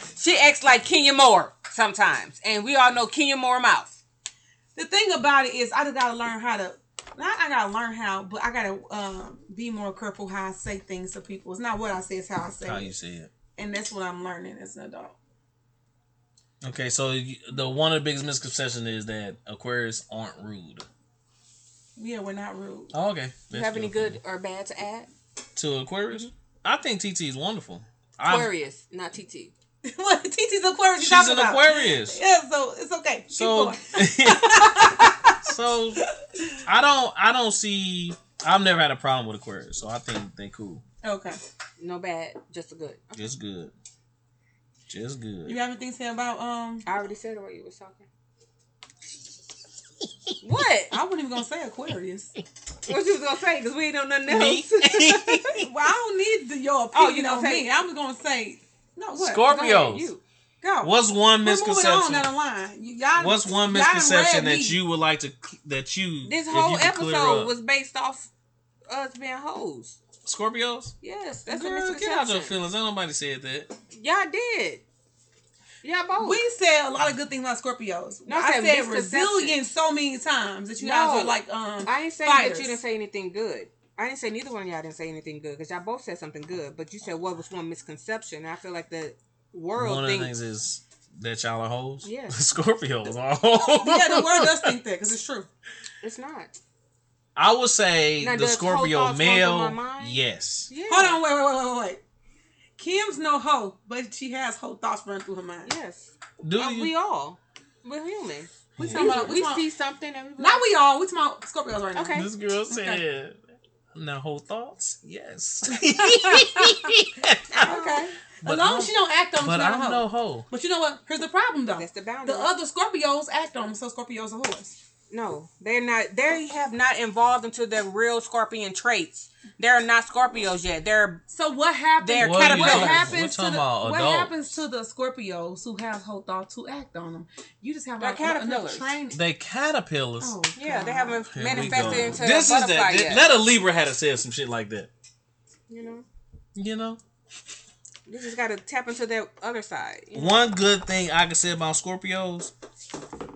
S2: she acts like Kenya Moore sometimes, and we all know Kenya Moore mouth.
S3: the thing about it is I just gotta learn how to not I gotta learn how, but I gotta um, be more careful how I say things to people. It's not what I say, it's how I say
S1: How
S3: it.
S1: you say it?
S3: And that's what I'm learning as an adult.
S1: Okay, so you, the one of the biggest misconceptions is that Aquarius aren't rude.
S3: Yeah, we're not rude.
S1: Oh, okay.
S2: You have any good or bad to add?
S1: to Aquarius? I think TT is wonderful. I-
S2: Aquarius, not TT.
S3: what TT's Aquarius you
S1: she's
S3: talking
S1: an
S3: about?
S1: Aquarius.
S3: Yeah, so it's okay. Keep
S1: So,
S3: going.
S1: so I don't. I don't see. I've never had a problem with Aquarius, so I think they cool.
S3: Okay.
S2: No bad, just a good.
S1: Just good. Just
S3: You
S1: good.
S3: got anything to say about um
S2: I already said what you was talking. What?
S3: I wasn't even gonna say Aquarius.
S2: What you was gonna say? Cause we ain't on nothing
S1: Me?
S2: else.
S3: well, I don't need the, your
S2: Oh,
S3: opinion
S2: you gonna
S3: on
S2: say-
S3: me. I'm just gonna say no what?
S1: Scorp-
S2: Go ahead,
S1: Scorpios.
S2: you.
S3: Go.
S1: What's one
S3: We're moving on
S1: misconception?
S3: down the line. You, y'all,
S1: What's one
S3: y'all done
S1: misconception
S3: read me.
S1: that you would like to cl- that you
S2: This
S1: if
S2: whole
S1: you could clear
S2: episode
S1: up?
S2: was based off us being hoes.
S1: Scorpios?
S2: Yes, that's a
S1: Girl, get out your
S2: misconception.
S1: feelings. Ain't nobody said that.
S2: Y'all did. Y'all both.
S3: We said a lot of good things about Scorpios.
S2: No, I
S3: I
S2: said
S3: said
S2: misconception.
S3: resilient so many times that you
S2: No.
S3: guys are like, um,
S2: I ain't saying
S3: fighters.
S2: that you didn't say anything good. I didn't say neither one of y'all didn't say anything good because y'all both said something good. But you said what was one misconception? And I feel like the world
S1: One of the
S2: thinks
S1: things is that y'all are hoes.
S2: Yeah.
S1: Scorpios are hoes.
S3: yeah, the world does think that because it's true.
S2: it's not.
S1: I would say
S2: Now,
S1: the
S2: does hoe
S1: Scorpio
S2: thoughts run through my
S1: male.
S2: mind?
S1: Yes.
S2: Yeah.
S3: Hold on, wait, wait, wait, wait, wait. Kim's no hoe, but she has hoe thoughts running through her mind.
S2: Yes.
S1: Do
S2: Uh,
S1: you?
S2: we all. We're human.
S3: We
S1: Yeah.
S3: talking about we,
S2: we
S3: talking,
S2: see something and we be
S3: not
S2: like,
S3: we all. We talking about Scorpios right now.
S2: Okay.
S1: This girl said, "Now whole thoughts, yes."
S2: okay.
S3: as long as she don't act on them,
S1: but
S3: she's
S1: I
S3: not a
S1: don't
S3: hoe.
S1: know hoe.
S3: But you know what? Here's the problem though.
S2: That's the boundary.
S3: The other Scorpios act on them, so Scorpios are whores.
S2: No, they're not. They have not evolved into their real scorpion traits. They're not Scorpios yet. They're
S3: So what happens?
S2: They're
S1: What are you
S2: caterpillars.
S1: talking-
S3: What
S1: we're
S3: happens to the,
S1: talking about
S3: what
S1: adults.
S3: happens to the Scorpios who have whole thought to act on them? You just have
S2: They're
S3: enough- enough
S2: caterpillars.
S3: training.
S1: They caterpillars.
S3: Oh,
S2: yeah, they
S3: God.
S2: haven't
S1: Here we
S2: manifested
S1: go.
S2: into
S1: this
S2: a
S1: is
S2: butterfly
S1: that.
S2: yet.
S1: Let a Libra had to said some shit like that.
S2: you know,
S1: You know,
S2: you just gotta tap into that other side. you know?
S1: one good thing I can say about Scorpios,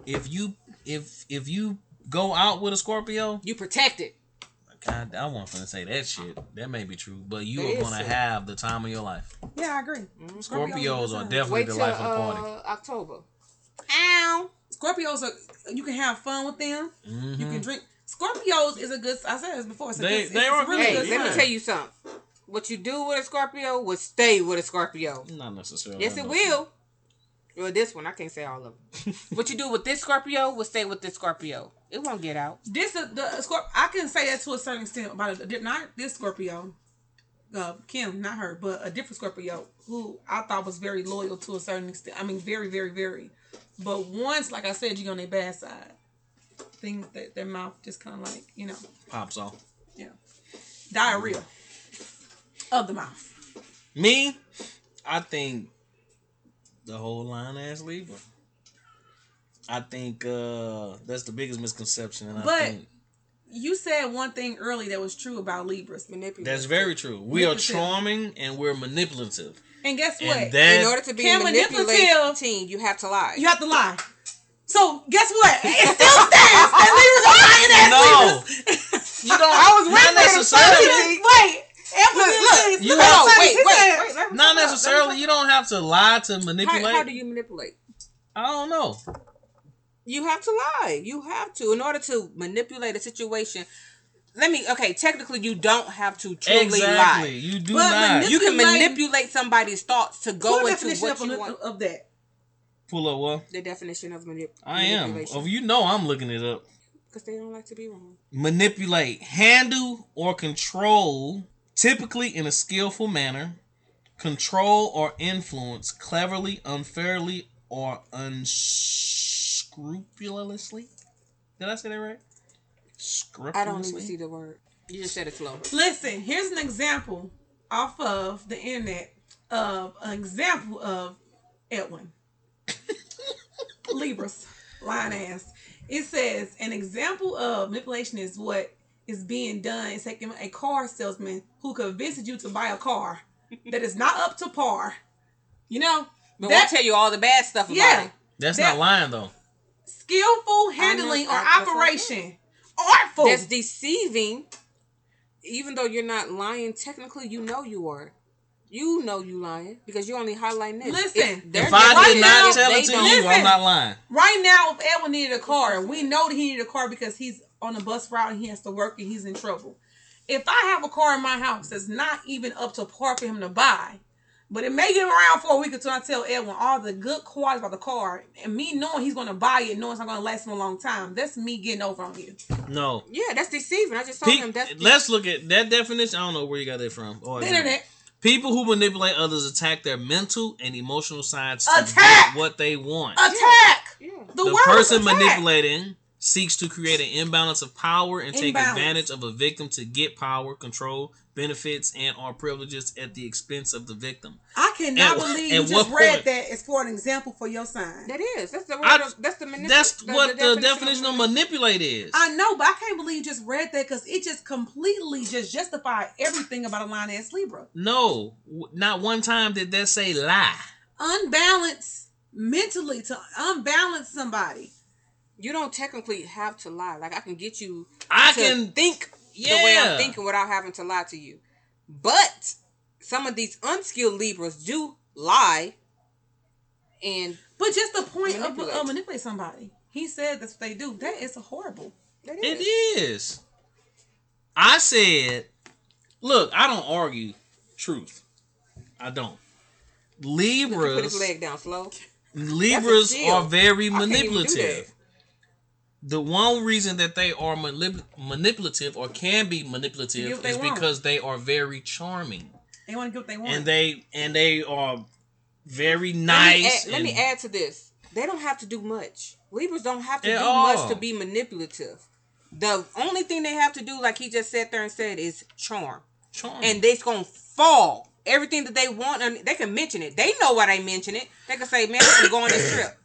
S1: if you if if you go out with a Scorpio,
S2: You protect it.
S1: God, I wasn't gonna say that shit. That may be true, but you
S2: It
S1: are
S2: is
S1: gonna
S2: true.
S1: have the time of your life.
S3: Yeah, I agree.
S1: Scorpios are definitely
S2: Wait
S1: the
S2: till
S1: life of the party.
S2: uh, October. Ow.
S3: Scorpios are. You can have fun with them.
S1: Mhm.
S3: You can drink. Scorpios is a good. I said this before. It's a
S1: They-
S3: good,
S1: they
S3: it's
S1: are
S3: really
S2: Hey,
S1: good,
S3: good.
S2: let me
S1: yeah.
S2: tell you something. What you do with a Scorpio will stay with a Scorpio.
S1: Not necessarily.
S2: Yes, it
S1: no.
S2: will. Well, this one I can't say all of them. what you do with this Scorpio will stay with this Scorpio. It won't get out.
S3: This is the Scorp. I can say that to a certain extent about a, not this Scorpio, uh, Kim, not her, but a different Scorpio who I thought was very loyal to a certain extent. I mean, very, very, very. But once, like I said, you on their bad side. Things that their mouth just kind of like you know,
S1: Pops off.
S3: yeah, diarrhea of the mouth.
S1: Me, I think the whole line ass Libra. I think uh that's the biggest misconception, and I
S3: But-
S1: think
S3: You said one thing early that was true about Libras,
S2: Manipulate.
S1: that's very true. We are
S3: Manipulative.
S1: charming and we're manipulative,
S3: and guess what?
S1: and
S2: In order
S1: that
S2: to be
S3: Can
S2: manipulative,
S3: manipulative-
S2: team, you have to lie.
S3: you have to lie. So guess what? It still stands. That Libras are lying ass Libras.
S1: no, you don't. I was
S2: waiting for him to
S1: necessarily.
S3: Wait.
S2: Look,
S3: Emphasis.
S1: you
S3: You
S1: know-
S3: know,
S2: wait, wait, wait, let me
S1: Not
S2: talk.
S1: necessarily. You don't have to lie to manipulate.
S2: How, how do you manipulate?
S1: I don't know.
S2: You have to lie. You have to in order to manipulate a situation. Let me. Okay, technically, you don't have to truly
S1: Exactly.
S2: lie.
S1: You do
S3: But
S1: not
S2: You can
S3: Manipulate-
S2: manipulate somebody's thoughts to go
S3: Go
S2: into
S3: definition
S2: what
S3: of,
S2: you
S3: of,
S2: want.
S3: of that.
S1: pull up. Well,
S2: The definition of manip-
S1: I am.
S2: manipulation.
S1: Oh, you know I'm looking it up.
S2: Because they don't like to be wrong.
S1: manipulate, handle, or control, typically in a skillful manner, control or influence cleverly, unfairly, or unscrupulously. Did I say that right?
S2: I don't even see
S1: Scrupulously.
S2: the word. You just said it slow.
S3: Listen, here's an example off of the internet of an example of Edwin. Libras. Lying ass. It says an example of manipulation is what is being done is taking a car salesman who convinces you to buy a car that is not up to par. You know?
S2: But we'll
S3: That-
S2: tell you all the bad stuff about
S3: Yeah.
S2: it.
S1: That's
S3: That-
S1: not lying though.
S3: skillful handling or
S2: I- that's what I
S3: operation. Artful.
S2: That's deceiving. Even though you're not lying, technically you know you are. You know you lying because you only highlighting this.
S3: Listen,
S2: they're
S1: If I
S2: lying,
S1: did not
S2: if
S1: tell
S2: they
S1: it to
S2: don't-
S1: you, I'm
S3: Listen.
S1: not lying.
S3: right now, if Edwin needed a car, we know that he needed a car because he's on a bus route and he has to work and he's in trouble. If I have a car in my house that's not even up to par for him to buy, but it may get around for a week or two, I tell Edwin all the good qualities about the car, and me knowing he's going to buy it, knowing it's not going to last him a long time, that's me getting over on you.
S1: No.
S2: Yeah, that's deceiving. I just told
S1: Pe-
S2: him that's
S1: let's look at that definition. I don't know where you got that from. Oh,
S3: The
S1: yeah.
S3: internet.
S1: People who manipulate others attack their mental and emotional sides to
S3: Attack!
S1: get what they want.
S3: Attack!
S2: yeah.
S3: The,
S1: the
S3: word is
S1: person
S3: attack.
S1: manipulating seeks to create an imbalance of power and take
S3: Imbalance.
S1: advantage of a victim to get power, control, benefits, and or privileges at the expense of the victim.
S3: I
S1: At-
S3: cannot believe
S1: at
S3: you just
S1: what
S3: read
S1: point?
S3: that as for an example for your sign.
S2: That is. That's the word
S1: I-
S2: of, that's the manip-
S1: That's what the, definition of
S2: manip-
S1: manipulate is.
S3: I know, but I can't believe you just read that because it just completely just justified everything about a line ass Libra.
S1: no, w- not one time did that say lie.
S3: Unbalance mentally to unbalance somebody.
S2: You don't technically have to lie. Like I can get you
S1: I
S2: to
S1: can
S2: think the way I'm thinking without having to lie to you. But some of these unskilled Libras do lie and
S3: But just the point
S2: Manipulate.
S3: of uh, manipulate somebody. He said that's what they do. That is horrible.
S2: that
S1: It
S2: is.
S1: is. I said, look, I don't argue truth. I don't.
S2: Put his
S1: Libras,
S2: leg down slow.
S1: Libras
S2: shield.
S1: are very
S2: I can't even do
S1: manipulative. the one reason that they are manip- manipulative or can be
S3: Get
S1: manipulative
S3: what they
S1: is
S3: want.
S1: because they are very charming
S3: They want to get what they want.
S1: and they and they are very
S2: Let me
S1: nice.
S2: add- Let me add,
S1: and-
S2: to this. They don't have to do much. Libras don't have to
S1: At
S2: do
S1: all.
S2: much to be manipulative. The only thing they have to do, like he just sat there and said, is charm.
S1: charming.
S2: And they's gonna fall. Everything that they want, and they can mention it. They know why they mention it. They can say, "Man, we can go on this trip."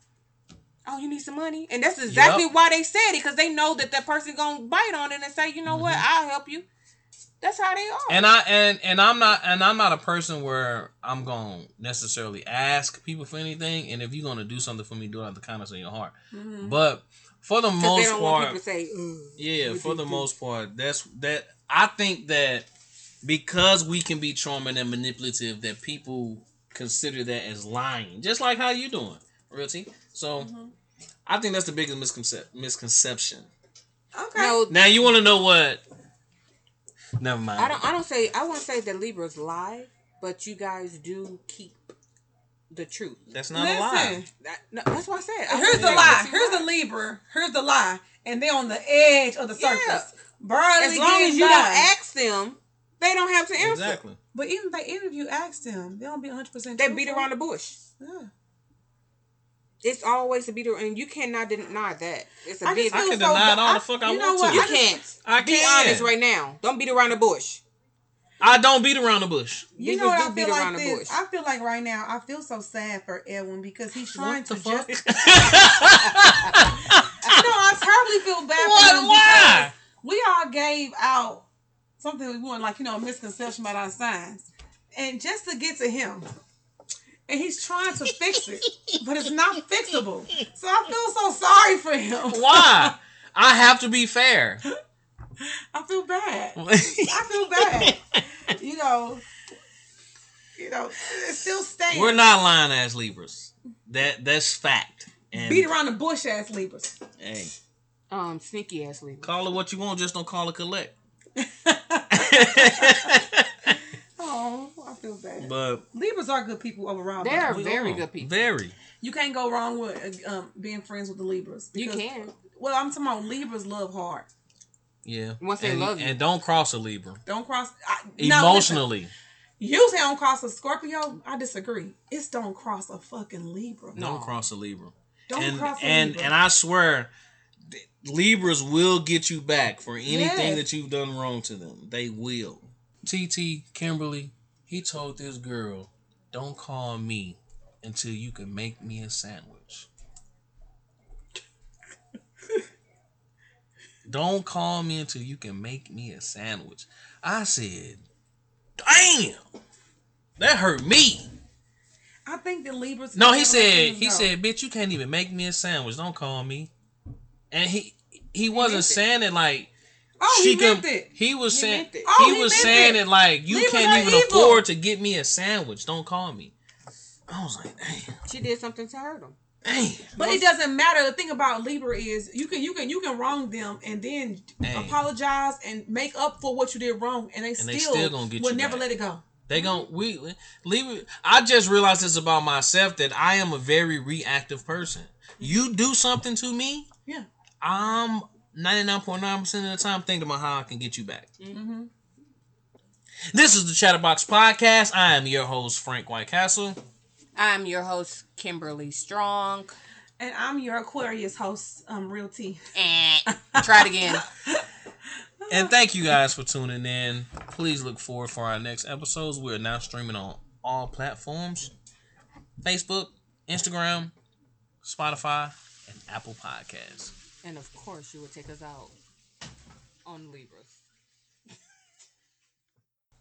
S2: Oh, you need some money, and that's exactly
S1: Yup.
S2: why they said it because they know that that person gonna bite on it and say, "You know what? I'll help you." That's how they are.
S1: Mm-hmm. and I and and I'm not and I'm not a person where I'm gonna necessarily ask people for anything. And if you're gonna do something for me, do it out of the kindness of your heart. But for the
S2: 'Cause Mm-hmm. they
S1: most
S2: don't want
S1: part,
S2: people to say, "Mm." "Ugh."
S1: yeah,
S2: What
S1: for
S2: do
S1: the
S2: you
S1: most part, that's that. I think that because we can be charming and manipulative, that people consider that as lying. Just like how you doing, realty. So. I think that's the biggest misconcep- misconception.
S3: okay.
S2: No,
S1: Now you want to know what? Never mind.
S2: I don't. I don't say. I won't say that Libras lie, but you guys do keep the truth.
S1: That's not a
S3: Listen.
S1: lie.
S2: That- no, that's what I said. I
S3: Here's
S2: wouldn't
S3: the
S2: say
S3: lie.
S2: that you
S3: Here's the Libra. Here's the lie. And they're on the edge of the
S2: Yeah.
S3: surface. Barely
S2: As long
S3: getting
S2: as you don't
S3: by.
S2: ask them, they don't have to answer.
S1: Exactly.
S3: But even if they interview asked them, they don't be 100 percent
S2: They beat around the bush.
S3: yeah.
S2: It's always a beat around, and you cannot deny that. It's a
S3: I
S2: big.
S3: just
S1: I
S3: feel
S1: can
S3: so
S1: deny it
S3: bad.
S1: all the
S3: I-
S1: fuck I
S3: you know
S1: want
S3: what?
S1: to.
S2: You
S3: I just-
S2: can't.
S1: I
S2: Be
S1: can.
S2: honest right now. Don't beat around the bush.
S1: I don't beat around the bush.
S3: You
S2: Niggas
S3: know what
S2: do
S3: I feel
S2: beat around
S3: like
S2: the
S3: this.
S2: bush.
S3: I feel like right now I feel so sad for Edwin because he's trying to just. no, I terribly feel bad
S1: What?
S3: for him.
S1: Why?
S3: because We all gave out something we want, like you know, a misconception about our signs, and just to get to him, and he's trying to fix it, but it's not fixable. So I feel so sorry for him.
S1: Why? I have to be fair.
S3: I feel bad.
S1: We're
S3: I feel bad. you know, you know, it still stains.
S1: not lying as Libras. That that's fact. And
S3: beat around the bush, ass Libras.
S1: hey,
S2: Um, sneaky ass Libra.
S1: call it what you want, just don't call it collect.
S3: Oh, I feel bad.
S1: but
S3: Libras are good people overall.
S2: They
S3: though.
S2: are
S1: we
S2: very
S1: are.
S2: good people.
S1: Very.
S3: You can't go wrong with uh, um, being friends with the Libras.
S2: You
S3: because-
S2: can.
S3: Well, I'm talking about Libras love hard.
S1: Yeah.
S2: Once they
S1: and,
S2: love you.
S1: And don't cross a Libra.
S3: Don't cross. I, no, listen.
S1: Emotionally.
S3: you say don't cross a Scorpio. I disagree. It's don't cross a fucking Libra.
S1: Don't
S2: No.
S1: cross a Libra.
S3: Don't
S1: and
S3: cross a
S1: and
S3: Libra.
S1: and I swear, th- Libras will get you back for anything
S3: Yes.
S1: that you've done wrong to them. They will. TT Kimberly, he told this girl, "Don't call me until you can make me a sandwich." Don't call me until you can make me a sandwich. I said, "Damn, that hurt me."
S3: I think the Libras.
S1: No, he
S3: have
S1: said
S3: reasons,
S1: he
S3: though.
S1: said, "Bitch, you can't even make me a sandwich. Don't call me." And he he wasn't
S2: meant it.
S1: saying it like
S3: Oh,
S1: she
S3: he meant
S1: can.
S3: it.
S1: He was
S2: He
S1: saying
S2: meant it.
S3: Oh,
S1: he,
S3: he
S1: was
S3: meant
S1: saying
S3: it.
S1: it, like you
S3: Libras
S1: can't
S3: are
S1: even
S3: evil.
S1: afford to get me a sandwich. Don't call me. I was like, damn,
S2: She did something to hurt them.
S1: damn.
S3: But it doesn't matter. The thing about Libra is you can you can you can wrong them and then
S1: Hey.
S3: apologize and make up for what you did wrong, and they still,
S1: they still gonna get
S3: will
S1: you
S3: never
S1: back.
S3: let it go.
S1: They gon' we leave. it- I just realized this about myself that I am a very reactive person. You do something to me,
S3: Yeah.
S1: I'm ninety nine point nine percent of the time thinking about how I can get you back.
S3: Mm-hmm.
S1: This is the Chatterbox Podcast. I am your host, Frank Whitecastle.
S2: I'm your host, Kimberly Strong.
S3: And I'm your Aquarius host, um, Real T.
S2: Eh. Try it again.
S1: And thank you guys for tuning in. Please look forward for our next episodes. We are now streaming on all platforms Facebook, Instagram, Spotify, and Apple Podcasts.
S2: And of course, you will take us out on Libras.